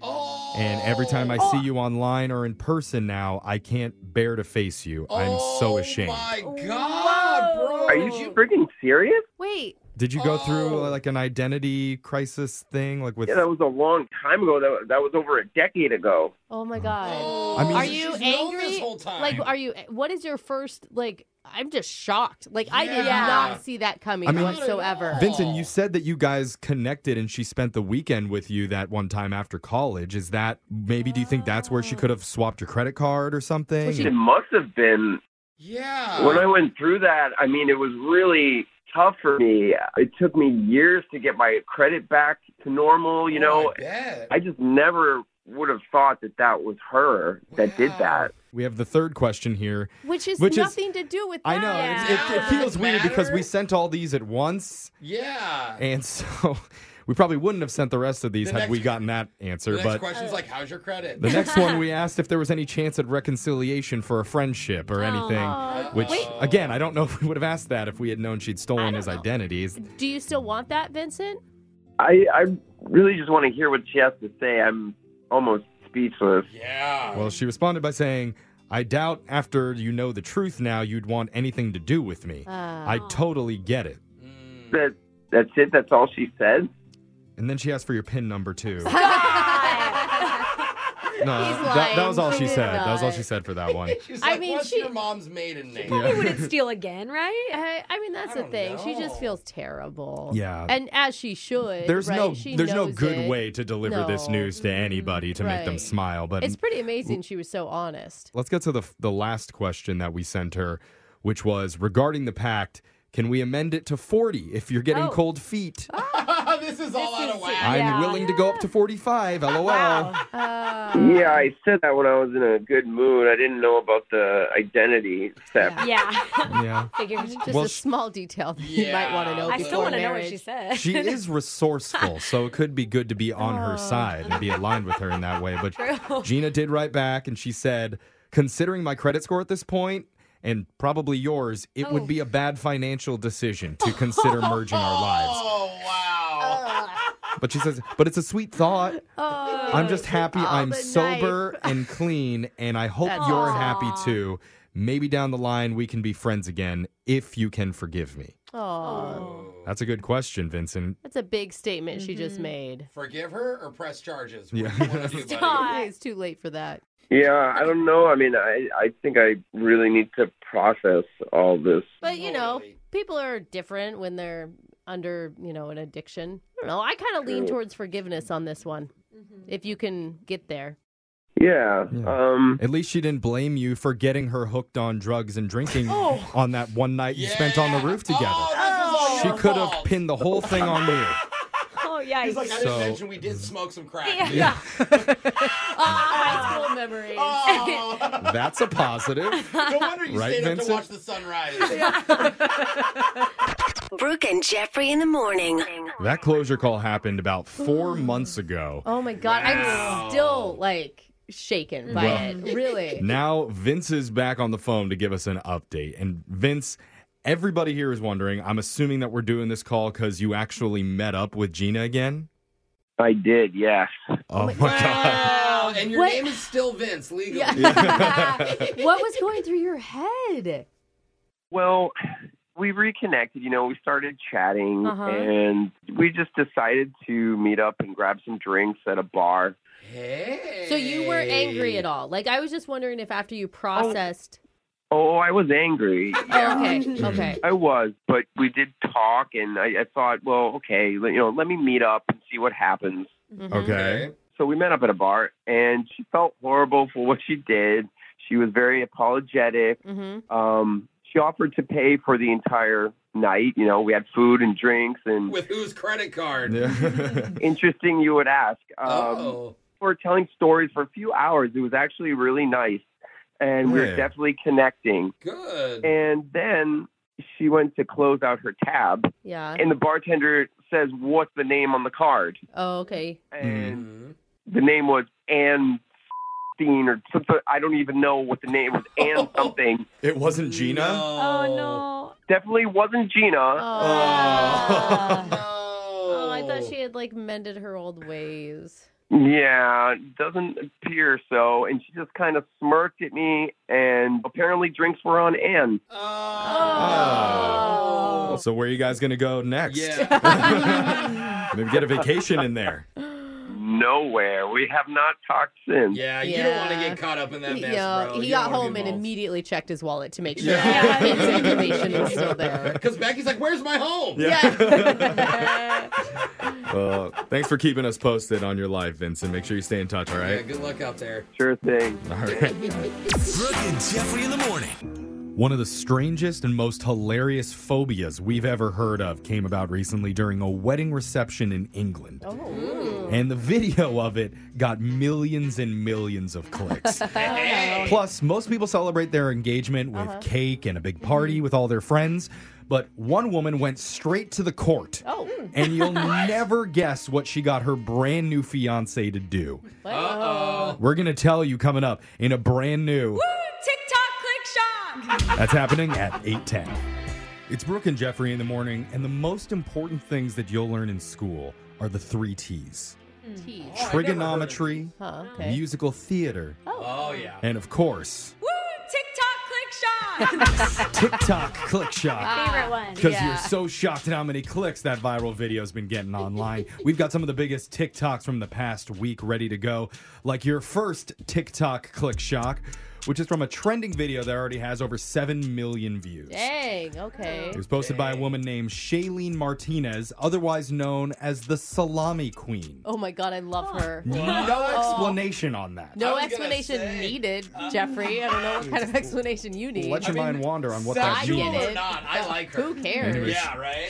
D: And every time I see you online or in person now, I can't bear to face you. I'm so ashamed.
C: My God, Ah, bro.
P: Are you freaking serious?
B: Wait.
D: Did you go through uh, like an identity crisis thing? Like with.
P: Yeah, that was a long time ago. That, that was over a decade ago.
B: Oh my god.
D: I mean-
B: are you
C: She's known
B: angry?
C: this whole time.
B: Like are you what is your first like I'm just shocked. Like I did
C: Yeah.
B: not see that coming
D: I mean-
B: whatsoever.
D: Vincent, you said that you guys connected and she spent the weekend with you that one time after college. Is that maybe, do you think that's where she could have swapped your credit card or something?
P: It must have been.
C: Yeah.
P: When I went through that, I mean, it was really tough for me. It
D: Oh,
P: took me years to get my credit back to normal, you know. I, just never would have thought that that was her that did that.
D: We have the third question here,
B: Which is
D: Which is-
B: nothing to do with
D: I
B: that.
D: know it's- it, it feels weird because we sent all these at once,
C: Yeah.
D: and so we probably wouldn't have sent the rest of these
C: The
D: had
C: next-
D: we gotten that answer.
C: The next
D: but
C: question's like, how's your credit?
D: the next one we asked if there was any chance at reconciliation for a friendship
C: Oh.
D: or anything,
B: Aw.
D: which
B: Wait.
D: again I don't know if we would have asked that if we had known she'd stolen his identities.
B: Do you still want that, Vincent?
P: I I really just want to hear what she has to say. I'm almost speechless.
D: Well, she responded by saying, I doubt after you know the truth now you'd want anything to do with me. I
C: Oh.
D: totally get it.
P: That that's it. That's all she said.
D: And then she asked for your pin number too. no,
B: He's
D: that, that was all
B: lying.
D: she
B: Please
D: said. That was all
B: not.
D: she said for that one.
C: She's
B: I
C: like,
B: mean,
C: what's
B: she-
C: your mom's maiden name?
D: probably Yeah. would've-
B: Steal again, right? I, I mean, that's the thing. She just feels terrible.
D: Yeah.
B: and as she should.
D: There's
B: right?
D: no
B: She
D: there's no
B: knows
D: good
B: it.
D: way to deliver this
B: No.
D: news to anybody to make them
B: Right.
D: smile, but
B: it's pretty amazing she was so honest.
D: Let's get to the the last question that we sent her, which was regarding the pact. Can we amend it to 40 if you're getting
B: Oh.
D: cold feet?
C: this is all out of whack.
D: I'm willing to go up to 45. LOL.
B: Uh,
P: Yeah, I said that when I was in a good mood. I didn't know about the identity theft.
B: Yeah,
D: yeah.
B: just
D: Well,
B: a
D: she-
B: small detail that you might want to know.
I: I still
B: want
I: wanna
B: to
I: know what she said.
D: She is resourceful, so it could be good to be on her side and be aligned with her in that way. But
I: True.
D: Gina did write back and she said, considering my credit score at this point, and probably yours, it
I: Oh.
D: would be a bad financial decision to consider merging our lives.
C: Oh wow.
D: But she says, but it's a sweet thought.
B: Oh,
D: I'm just happy
B: all
D: I'm
B: the
D: sober and clean, and I hope
B: That's
D: you're
B: awesome.
D: happy too. Maybe down the line we can be friends again if you can forgive me.
B: Oh,
D: That's a good question, Vincent.
B: that's a big statement she just
I: Mm-hmm.
B: made.
C: Forgive her or press charges?
D: Yeah.
B: It's too late for that.
P: Yeah, I don't know. I mean, I I think I really need to process all this.
B: But you know, people are different when they're under, you know, an addiction. I don't know. I kind of lean
P: True.
B: towards forgiveness on this one,
I: Mm-hmm.
B: if you can get there.
P: Yeah. Um,
D: At least she didn't blame you for getting her hooked on drugs and drinking
B: Oh.
D: on that one night you spent on the roof together.
C: all
D: she
C: your
D: could have pinned the whole thing on you.
I: Oh yeah.
C: He's like, I didn't
D: So-
C: mention we did smoke some crack.
D: Yeah.
B: Ah, high school memories.
C: Oh.
D: That's a positive.
C: No wonder you
D: Right,
C: stayed up
D: Vincent?
C: to watch the sunrise.
H: Brooke and Jeffrey in the morning.
D: That closure call happened about four months ago.
B: Oh my god, I'm still like shaken by
D: Wow.
B: it. Really.
D: Now Vince is back on the phone to give us an update. And Vince, everybody here is wondering. I'm assuming that we're doing this call because you actually met up with Gina again.
P: I did, yeah.
D: Oh my god.
C: Wow, and your
B: What?
C: name is still Vince legally.
B: what was going through your head?
P: Well, we reconnected. You know, we started chatting,
B: Uh-huh.
P: and we just decided to meet up and grab some drinks at a bar.
B: So you were angry at all? Like I was just wondering if after you processed.
P: Oh, I was angry.
B: Oh, okay. Okay.
P: I was, but we did talk, and I, I thought, well, okay, let- you know, let me meet up and see what happens.
D: Okay.
P: So we met up at a bar, and she felt horrible for what she did. She was very apologetic.
B: Mm-hmm.
P: Um, she offered to pay for the entire night. You know, we had food and drinks, and
C: With whose credit card?
P: interesting you would ask. Um,
C: oh.
P: we were telling stories for a few hours. It was actually really nice, and we
D: Yeah.
P: were definitely connecting.
C: Good.
P: And then she went to close out her tab,
B: Yeah.
P: and the bartender says, "What's the name on the card?"
B: Oh, okay.
P: And the name was Ann Steen or something. I don't even know what the name was.
C: Oh.
P: Ann something.
D: It wasn't Gina.
I: Oh no.
P: Definitely wasn't Gina.
B: Oh, I thought she had like mended her old ways.
P: Yeah, it doesn't appear so. And she just kind of smirked at me, and apparently drinks were on Ann.
C: Oh.
D: So where are you guys gonna go next? Maybe get a vacation in there.
P: Nowhere. We have not talked since.
C: Yeah, you don't want to
B: Yeah.
C: get caught up in that
B: He-
C: mess,
B: yeah,
C: bro.
B: he
C: You
B: got
C: don't wanna
B: home
C: be
B: and
C: involved.
B: immediately checked his wallet to make sure his information was still there.
C: Because Becky's like, "Where's my home?"
D: Uh, thanks for keeping us posted on your life, Vincent. Make sure you stay in touch, all
C: Yeah,
D: right?
C: good luck out there.
P: Sure thing.
D: All right.
M: Brooke and Jeffrey in the morning.
D: One of the strangest and most hilarious phobias we've ever heard of came about recently during a wedding reception in England.
B: Oh.
D: And the video of it got millions and millions of clicks. Plus, most people celebrate their engagement with
B: Uh-huh. Mm-hmm.
D: cake and a big party with all their friends. But one woman went straight to the court.
B: Oh.
D: And you'll never guess what she got her brand new fiance to do.
Q: Mm-hmm.
B: Uh-oh.
D: We're going to tell you coming up in a brand new.
Q: TikTok click shock.
D: That's happening at 8:10. It's Brooke and Jeffrey in the morning, and the most important things that you'll learn in school are the three T's:
Q: Hmm.
B: Teeth.
D: trigonometry,
B: Huh, okay.
D: musical theater,
C: Oh, yeah.
D: and of course,
Q: Woo! TikTok click Ah. shock.
D: TikTok click shock.
Q: Favorite one.
D: Because you're so shocked at how many clicks that viral video's been getting online. We've got some of the biggest TikToks from the past week ready to go, like your first TikTok click shock, which is from a trending video that already has over 7 million views.
B: Dang. Okay.
D: It was posted by a woman named Shailene Martinez, otherwise known as the Salami Queen.
B: Oh my god, I love her.
D: No explanation on that.
B: No explanation needed, Jeffrey. I don't know what kind of explanation you need.
D: Let your mind wander on what that
B: I get
D: means.
B: it. I like her. Who cares?
D: Anyways,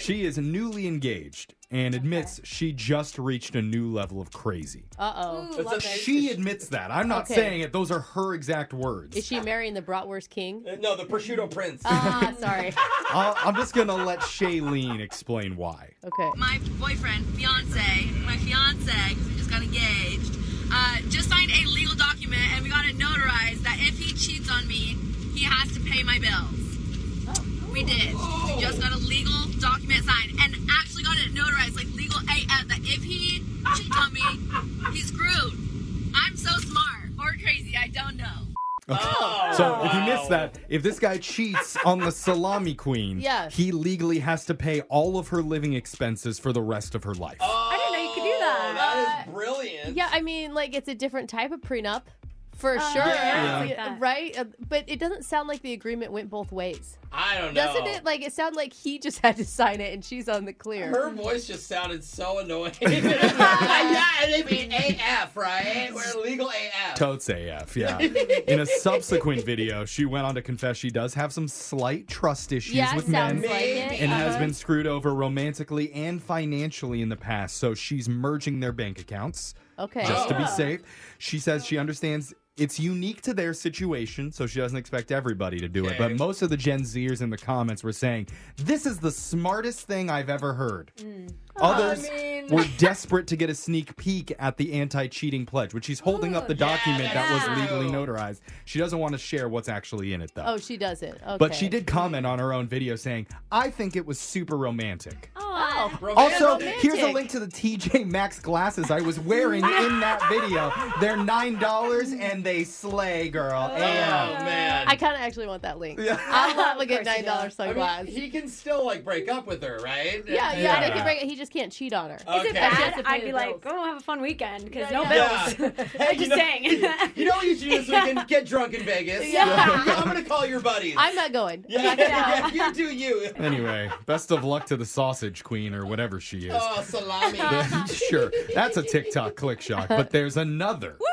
D: She is newly engaged and admits she just reached a new level of crazy.
B: Uh oh.
D: But she admits that. I'm not
B: Okay.
D: saying it. Those are her exact words.
B: Is she marrying the Bratwurst King?
C: Uh, No, the prosciutto prince.
B: Ah, sorry.
D: I'll, I'm just going to let Shailene explain why.
B: Okay.
Q: My boyfriend, fiance, my fiance, 'cause we just got engaged, uh, just signed a legal document, and we got it notarized that if he cheats on me, he has to pay my bills. We did. We just got a legal document signed, and actually got it notarized, like legal AF, that if he cheats on me, he's screwed. I'm so smart or crazy, I don't know.
D: Okay. so if you missed that, if this guy cheats on the salami queen,
Q: Yeah.
D: he legally has to pay all of her living expenses for the rest of her life.
B: I didn't know you could do that.
C: Oh,
B: Uh,
C: That is brilliant.
B: Yeah, I mean, like it's a different type of prenup, for
C: Uh,
B: sure,
C: yeah. Yeah.
B: Uh, right? Uh, But it doesn't sound like the agreement went both ways.
C: I don't know.
B: Doesn't it? Like it sounded like he just had to sign it and she's on the clear.
C: Her voice just sounded so annoying. yeah, and they mean AF, right? We're legal AF.
D: Totes AF, yeah. In a subsequent video, she went on to confess she does have some slight trust issues
Q: Yeah,
D: with men
Q: sounds like it.
D: and has
Q: Uh-huh.
D: been screwed over romantically and financially in the past. So she's merging their bank accounts.
B: Okay.
D: Just to be
B: Oh.
D: safe. She says she understands it's unique to their situation, so she doesn't expect everybody to do it. But most of the Gen Zers in the comments were saying, This is the smartest thing I've ever heard.
B: Mm.
D: Others
Q: I mean-
D: were desperate to get a sneak peek at the anti cheating pledge, which she's holding up the document that was legally notarized. She doesn't want to share what's actually in it, though.
B: Oh, she doesn't. Okay.
D: But she did comment on her own video saying, I think it was super romantic.
B: Oh,
D: also, here's a link to the TJ Maxx glasses I was wearing in that video. They're $9 and they slay, girl. Oh,
C: man.
B: I kind of actually want that link. I love a good nine dollar
C: I mean,
B: sunglass.
C: he can still like break up with her, right?
B: yeah, yeah, They can break it. He just can't cheat on her.
C: Is it Okay. bad?
I: I'd be like,
C: "Oh,
I: go have a fun weekend because no
C: Yeah.
I: bills.
C: Hey,
I: I'm
C: you
I: just
C: know-
I: saying.
C: You know what you should do this weekend? Get drunk in Vegas.
I: Yeah.
C: I'm gonna call your buddies.
B: I'm not going.
C: yeah, yeah, you do you.
D: Anyway, best of luck to the sausage queen or whatever she is.
C: Oh, salami.
D: sure, that's a TikTok click shock, but there's another.
Q: Woo!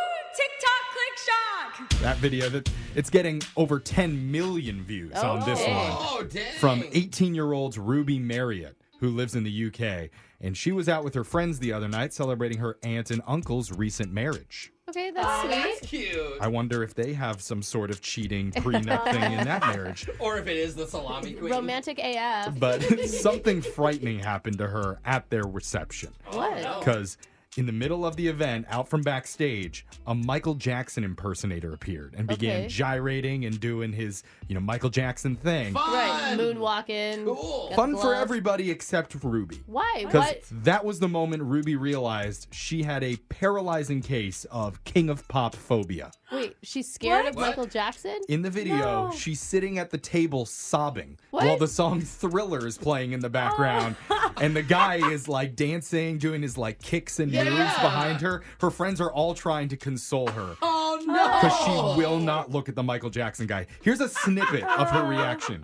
Q: TikTok click shock.
D: That video that it's getting over 10 million views on this
Q: Oh,
D: one.
Q: oh, dang.
D: From 18-year-old Ruby Marriott, who lives in the UK, and she was out with her friends the other night celebrating her aunt and uncle's recent marriage.
B: Okay, that's
C: Oh,
B: sweet.
C: that's cute.
D: I wonder if they have some sort of cheating prenup thing in that marriage.
C: Or if it is the salami queen.
B: Romantic AF.
D: But something frightening happened to her at their reception.
B: What?
D: Because in the middle of the event, out from backstage, a Michael Jackson impersonator appeared and began
B: Okay.
D: gyrating and doing his, you know, Michael Jackson thing.
B: Right, moonwalking. Cool.
D: Fun for everybody except Ruby.
B: Why?
D: Because
B: What?
D: that was the moment Ruby realized she had a paralyzing case of king of pop phobia.
B: Wait, she's scared of
D: What?
B: Michael Jackson?
D: In the video,
B: No.
D: she's sitting at the table sobbing
B: What? Oh.
D: while the song Thriller is playing in the background. and the guy is like dancing, doing his like kicks and
Q: Yeah.
D: moves behind her. Her friends are all trying to console her
Q: Oh
D: because she will not look at the Michael Jackson guy. Here's a snippet of her reaction.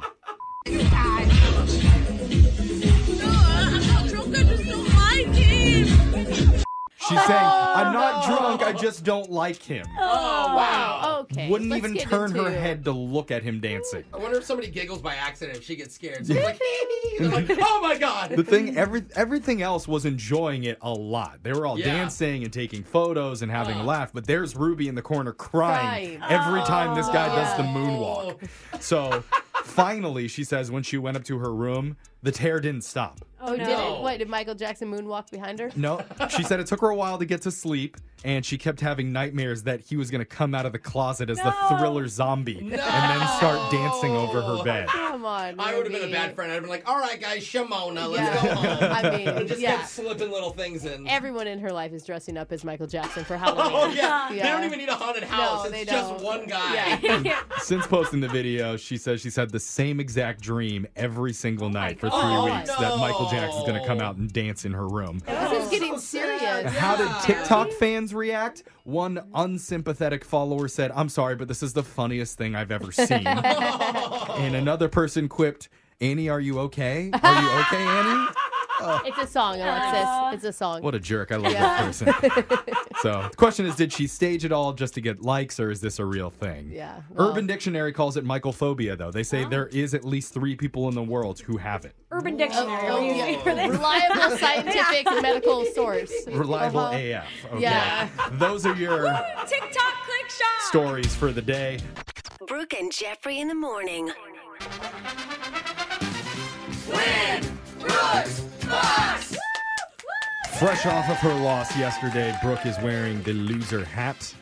D: She's saying, I'm not drunk, I just don't like him.
B: Oh, wow. Okay,
D: Wouldn't
B: let's
D: even
B: get
D: turn her
B: into-
D: head to look at him dancing.
C: I wonder if somebody giggles by accident if she gets scared. So like, they're like, oh my god.
D: The thing, every everything else was enjoying it a lot. They were all
C: Yeah. Oh.
D: dancing and taking photos and having a laugh. But there's Ruby in the corner crying
B: Crying.
D: every time this guy does the
B: Oh.
D: moonwalk. So finally, she says when she went up to her room, the tear didn't stop.
B: Oh, did it? What did Michael Jackson moonwalk behind her?
D: No, she said it took her a while to get to sleep, and she kept having nightmares that he was going to come out of the closet as the thriller zombie and then start dancing over her bed.
B: Come on.
C: I would have been a bad friend. I'd have been like, all right, guys, Shimona, let's
B: Yeah.
C: go home.
B: I mean,
C: It just
B: yeah.
C: kept slipping little things in.
B: Everyone in her life is dressing up as Michael Jackson for Halloween.
C: Oh yeah. they don't even need a haunted house.
B: No, they
C: it's just
B: don't.
C: one guy.
D: Since posting the video, she says she's had the same exact dream every single night for three
B: God. Oh,
D: weeks that Michael Jackson's going to come out and dance in her room.
B: This is getting serious.
D: How did TikTok fans react? One unsympathetic follower said, I'm sorry, but this is the funniest thing I've ever seen. and another person quipped, Annie, are you okay? Are you okay, Annie?
B: It's a song, Alexis. It's a song.
D: What a jerk. I love
B: Yeah.
D: that person. So the question is, did she stage it all just to get likes, or is this a real thing?
B: Yeah.
D: Urban Dictionary calls it Michaelphobia, though. They say there is at least three people in the world who have it.
I: Urban Dictionary.
B: Oh,
I: we're
B: yeah.
I: using for this.
B: Reliable scientific medical source.
D: Reliable
B: Uh-huh.
D: AF. Okay.
B: Yeah.
D: Those are your
H: TikTok click shop.
D: stories for the day.
H: Brooke and Jeffrey in the morning.
D: Fresh off of her loss yesterday, Brooke is wearing the loser hat,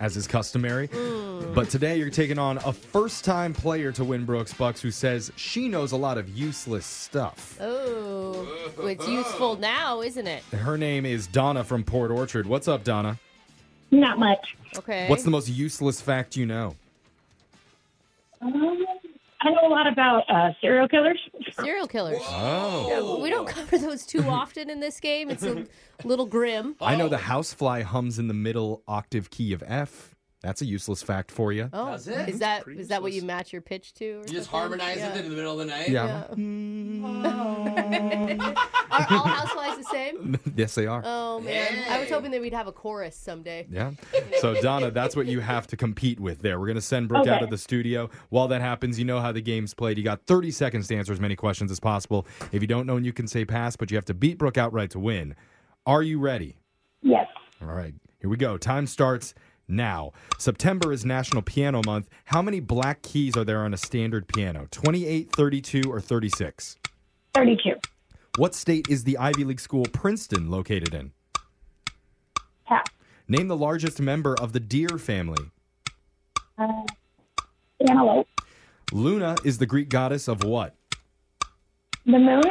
D: as is customary. But today, you're taking on a first time player to win Brooks Bucks who says she knows a lot of useless stuff.
B: Oh, well, it's useful now, isn't it?
D: Her name is Donna from Port Orchard. What's up, Donna?
B: Not much. Okay.
D: What's the most useless fact you know?
R: Um, I know a lot about uh, serial killers.
B: Serial killers.
D: Oh.
B: Yeah, but we don't cover those too often in this game. It's a little grim.
D: I know the housefly hums in the middle octave key of F. That's a useless fact for you.
B: Oh, is that is that what you match your pitch to? Or
C: You just
B: something?
C: harmonize
B: Yeah.
C: it in the middle of the night.
D: Yeah.
B: Are all houseflies the same?
D: yes, they are.
B: Oh man, I was hoping that we'd have a chorus someday.
D: Yeah. So, Donna, that's what you have to compete with there. We're going to send Brooke out
B: Okay.
D: of the studio. While that happens, you know how the game's played. You got 30 seconds to answer as many questions as possible. If you don't know, you can say pass, but you have to beat Brooke outright to win. Are you ready?
R: Yes.
D: All right. Here we go. Time starts now. September is National Piano Month. How many black keys are there on a standard piano? 28, 32, or 36?
R: 32.
D: What state is the Ivy League school Princeton located in?
R: Pass.
D: Name the largest member of the deer family.
R: Uh, antelope.
D: Luna is the Greek goddess of what?
R: The moon.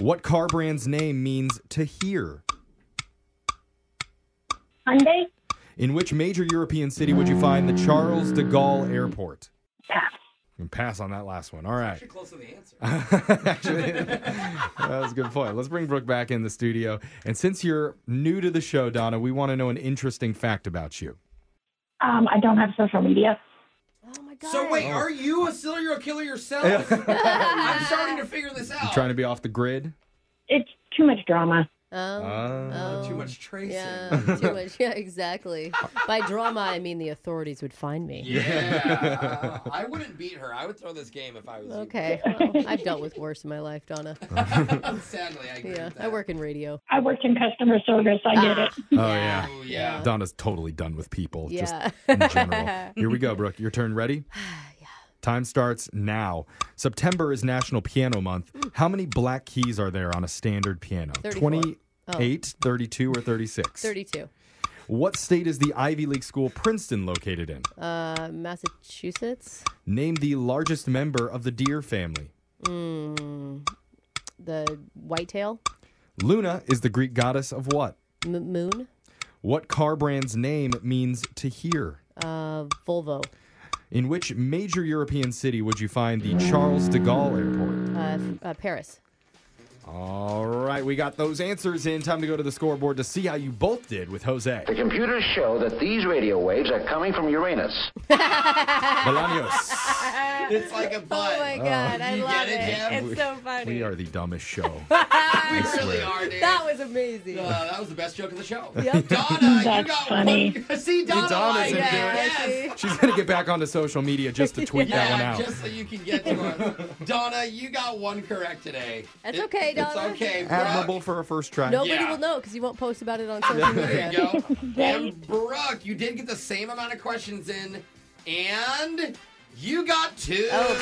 D: What car brand's name means to hear?
R: Hyundai.
D: In which major European city would you find the Charles de Gaulle Airport?
R: Pass.
D: You can pass on that last one. All right.
C: Actually close to the answer.
D: Actually,
B: Oh
D: that was a good point. Let's bring Brooke back in the studio. And since you're new to the show, Donna, we want to know an interesting fact about you.
R: Um, I don't have social media.
C: So wait, are you a serial killer yourself? I'm starting to figure this
D: You
C: out.
D: trying to be off the grid?
R: It's too much drama.
C: Um,
B: Um,
D: Ah.
C: Too much tracing.
B: Yeah, too much. Yeah, exactly. By drama, I mean the authorities would find me.
C: Yeah. Uh, I wouldn't beat her. I would throw this game if I was
B: Okay. Well, I've dealt with worse in my life, Donna.
C: you. Sadly, I agree
B: Yeah,
C: with that.
B: I work in radio. Ah,
R: I worked in customer service. I get it.
D: Oh, yeah.
C: yeah.
D: Donna's totally done with people. Just
B: Yeah.
D: in general. Here we go, Brooke. Your turn. Ready? Time starts now. September is National Piano Month. How many black keys are there on a standard piano?
B: 34.
D: 28, 32, or 36?
B: 32.
D: What state is the Ivy League school Princeton located in?
B: Uh, Massachusetts.
D: Name the largest member of the deer family.
B: Mm, the whitetail.
D: Luna is the Greek goddess of what?
B: M- moon.
D: What car brand's name means to hear?
B: Uh, Volvo.
D: In which major European city would you find the Charles de Gaulle Airport?
B: Uh, f- uh, Paris.
D: All right, we got those answers in. Time to go to the scoreboard to see how you both did with Jose.
S: The computers show that these radio waves are coming from Uranus.
D: Bolaños.
C: It's like a butt.
B: Oh my god,
D: Uh.
B: I
C: You
B: love
C: get it, Jim?
B: it. It's so funny.
D: We are the dumbest show.
C: we
D: I
C: really
D: swear.
C: are, dude.
B: That was amazing.
C: Uh, that was the best joke of the show.
B: Yep.
C: Donna, you
B: That's
C: got
B: funny.
C: one. See, Donna,
D: Donna's
C: like,
D: into it.
C: yes.
D: She's going to get back onto social media just to tweet that
C: yeah,
D: one out.
C: just so you can get to her. Donna, you got one correct today.
B: That's okay, Donna.
C: It's okay.
D: Admirable for a first try.
B: Nobody
C: Yeah.
B: will know because you won't post about it on social media.
C: There you go. and Brooke, you did get the same amount of questions in, and you got two. Oh,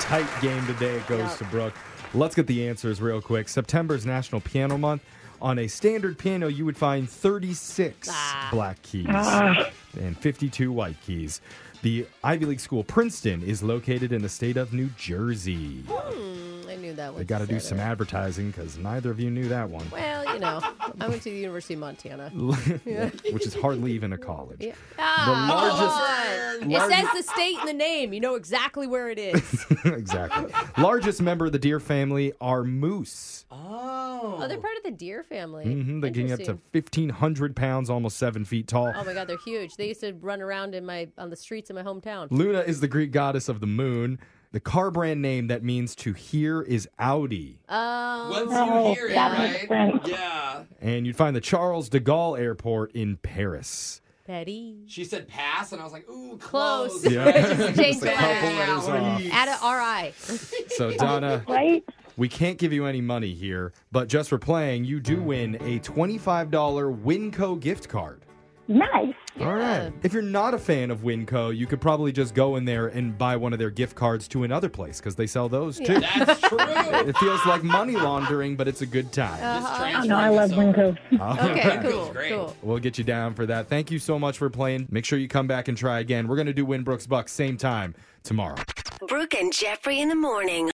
D: Tight game today. It goes
C: Yep.
D: to Brooke. Let's get the answers real quick. September's National Piano Month. On a standard piano, you would find 36 black keys
T: Ah.
D: and 52 white keys. The Ivy League school, Princeton, is located in the state of New Jersey.
B: Hmm, I knew that one.
D: They got to do some advertising because neither of you knew that one,
B: Well, you know, I went to the University of Montana. Yeah.
D: which is hardly even a college.
B: Yeah. Ah,
D: largest-
B: come on.
D: large-
B: It says the state and the name. You know exactly where it is.
D: exactly. Largest member of the deer family are moose.
B: oh. they're part of the deer family.
D: hmm They can get up to
B: Interesting.
D: 1,500 pounds, almost seven feet tall.
B: Oh my god, they're huge. They used to run around in my on the streets in my hometown.
D: Luna is the Greek goddess of the moon. The car brand name that means to hear is Audi.
B: Oh.
C: Once you hear it,
B: that
C: right?
B: makes sense.
C: Yeah.
D: And you'd find the Charles de Gaulle Airport in Paris.
B: Betty.
C: She said pass, and I was like, ooh,
B: Close.
C: close.
D: Yeah.
B: Just change
D: Just a
B: the
D: couple
B: letters.
D: letters off.
B: Add a R-I.
D: So, Donna,
J: Right?
D: we can't give you any money here, but just for playing, you do win a $25 Winco gift card.
J: Nice.
D: All right. If you're not a fan of Winco, you could probably just go in there and buy one of their gift cards to another place because they sell those too.
C: That's true.
D: it feels like money laundering, but it's a good time.
J: Oh, no, I love Winko.
D: All
J: Okay,
D: right.
J: cool, cool.
D: We'll get you down for that. Thank you so much for playing. Make sure you come back and try again. We're going to do Winbrooks Bucks same time tomorrow.
H: Brooke and Jeffrey in the morning.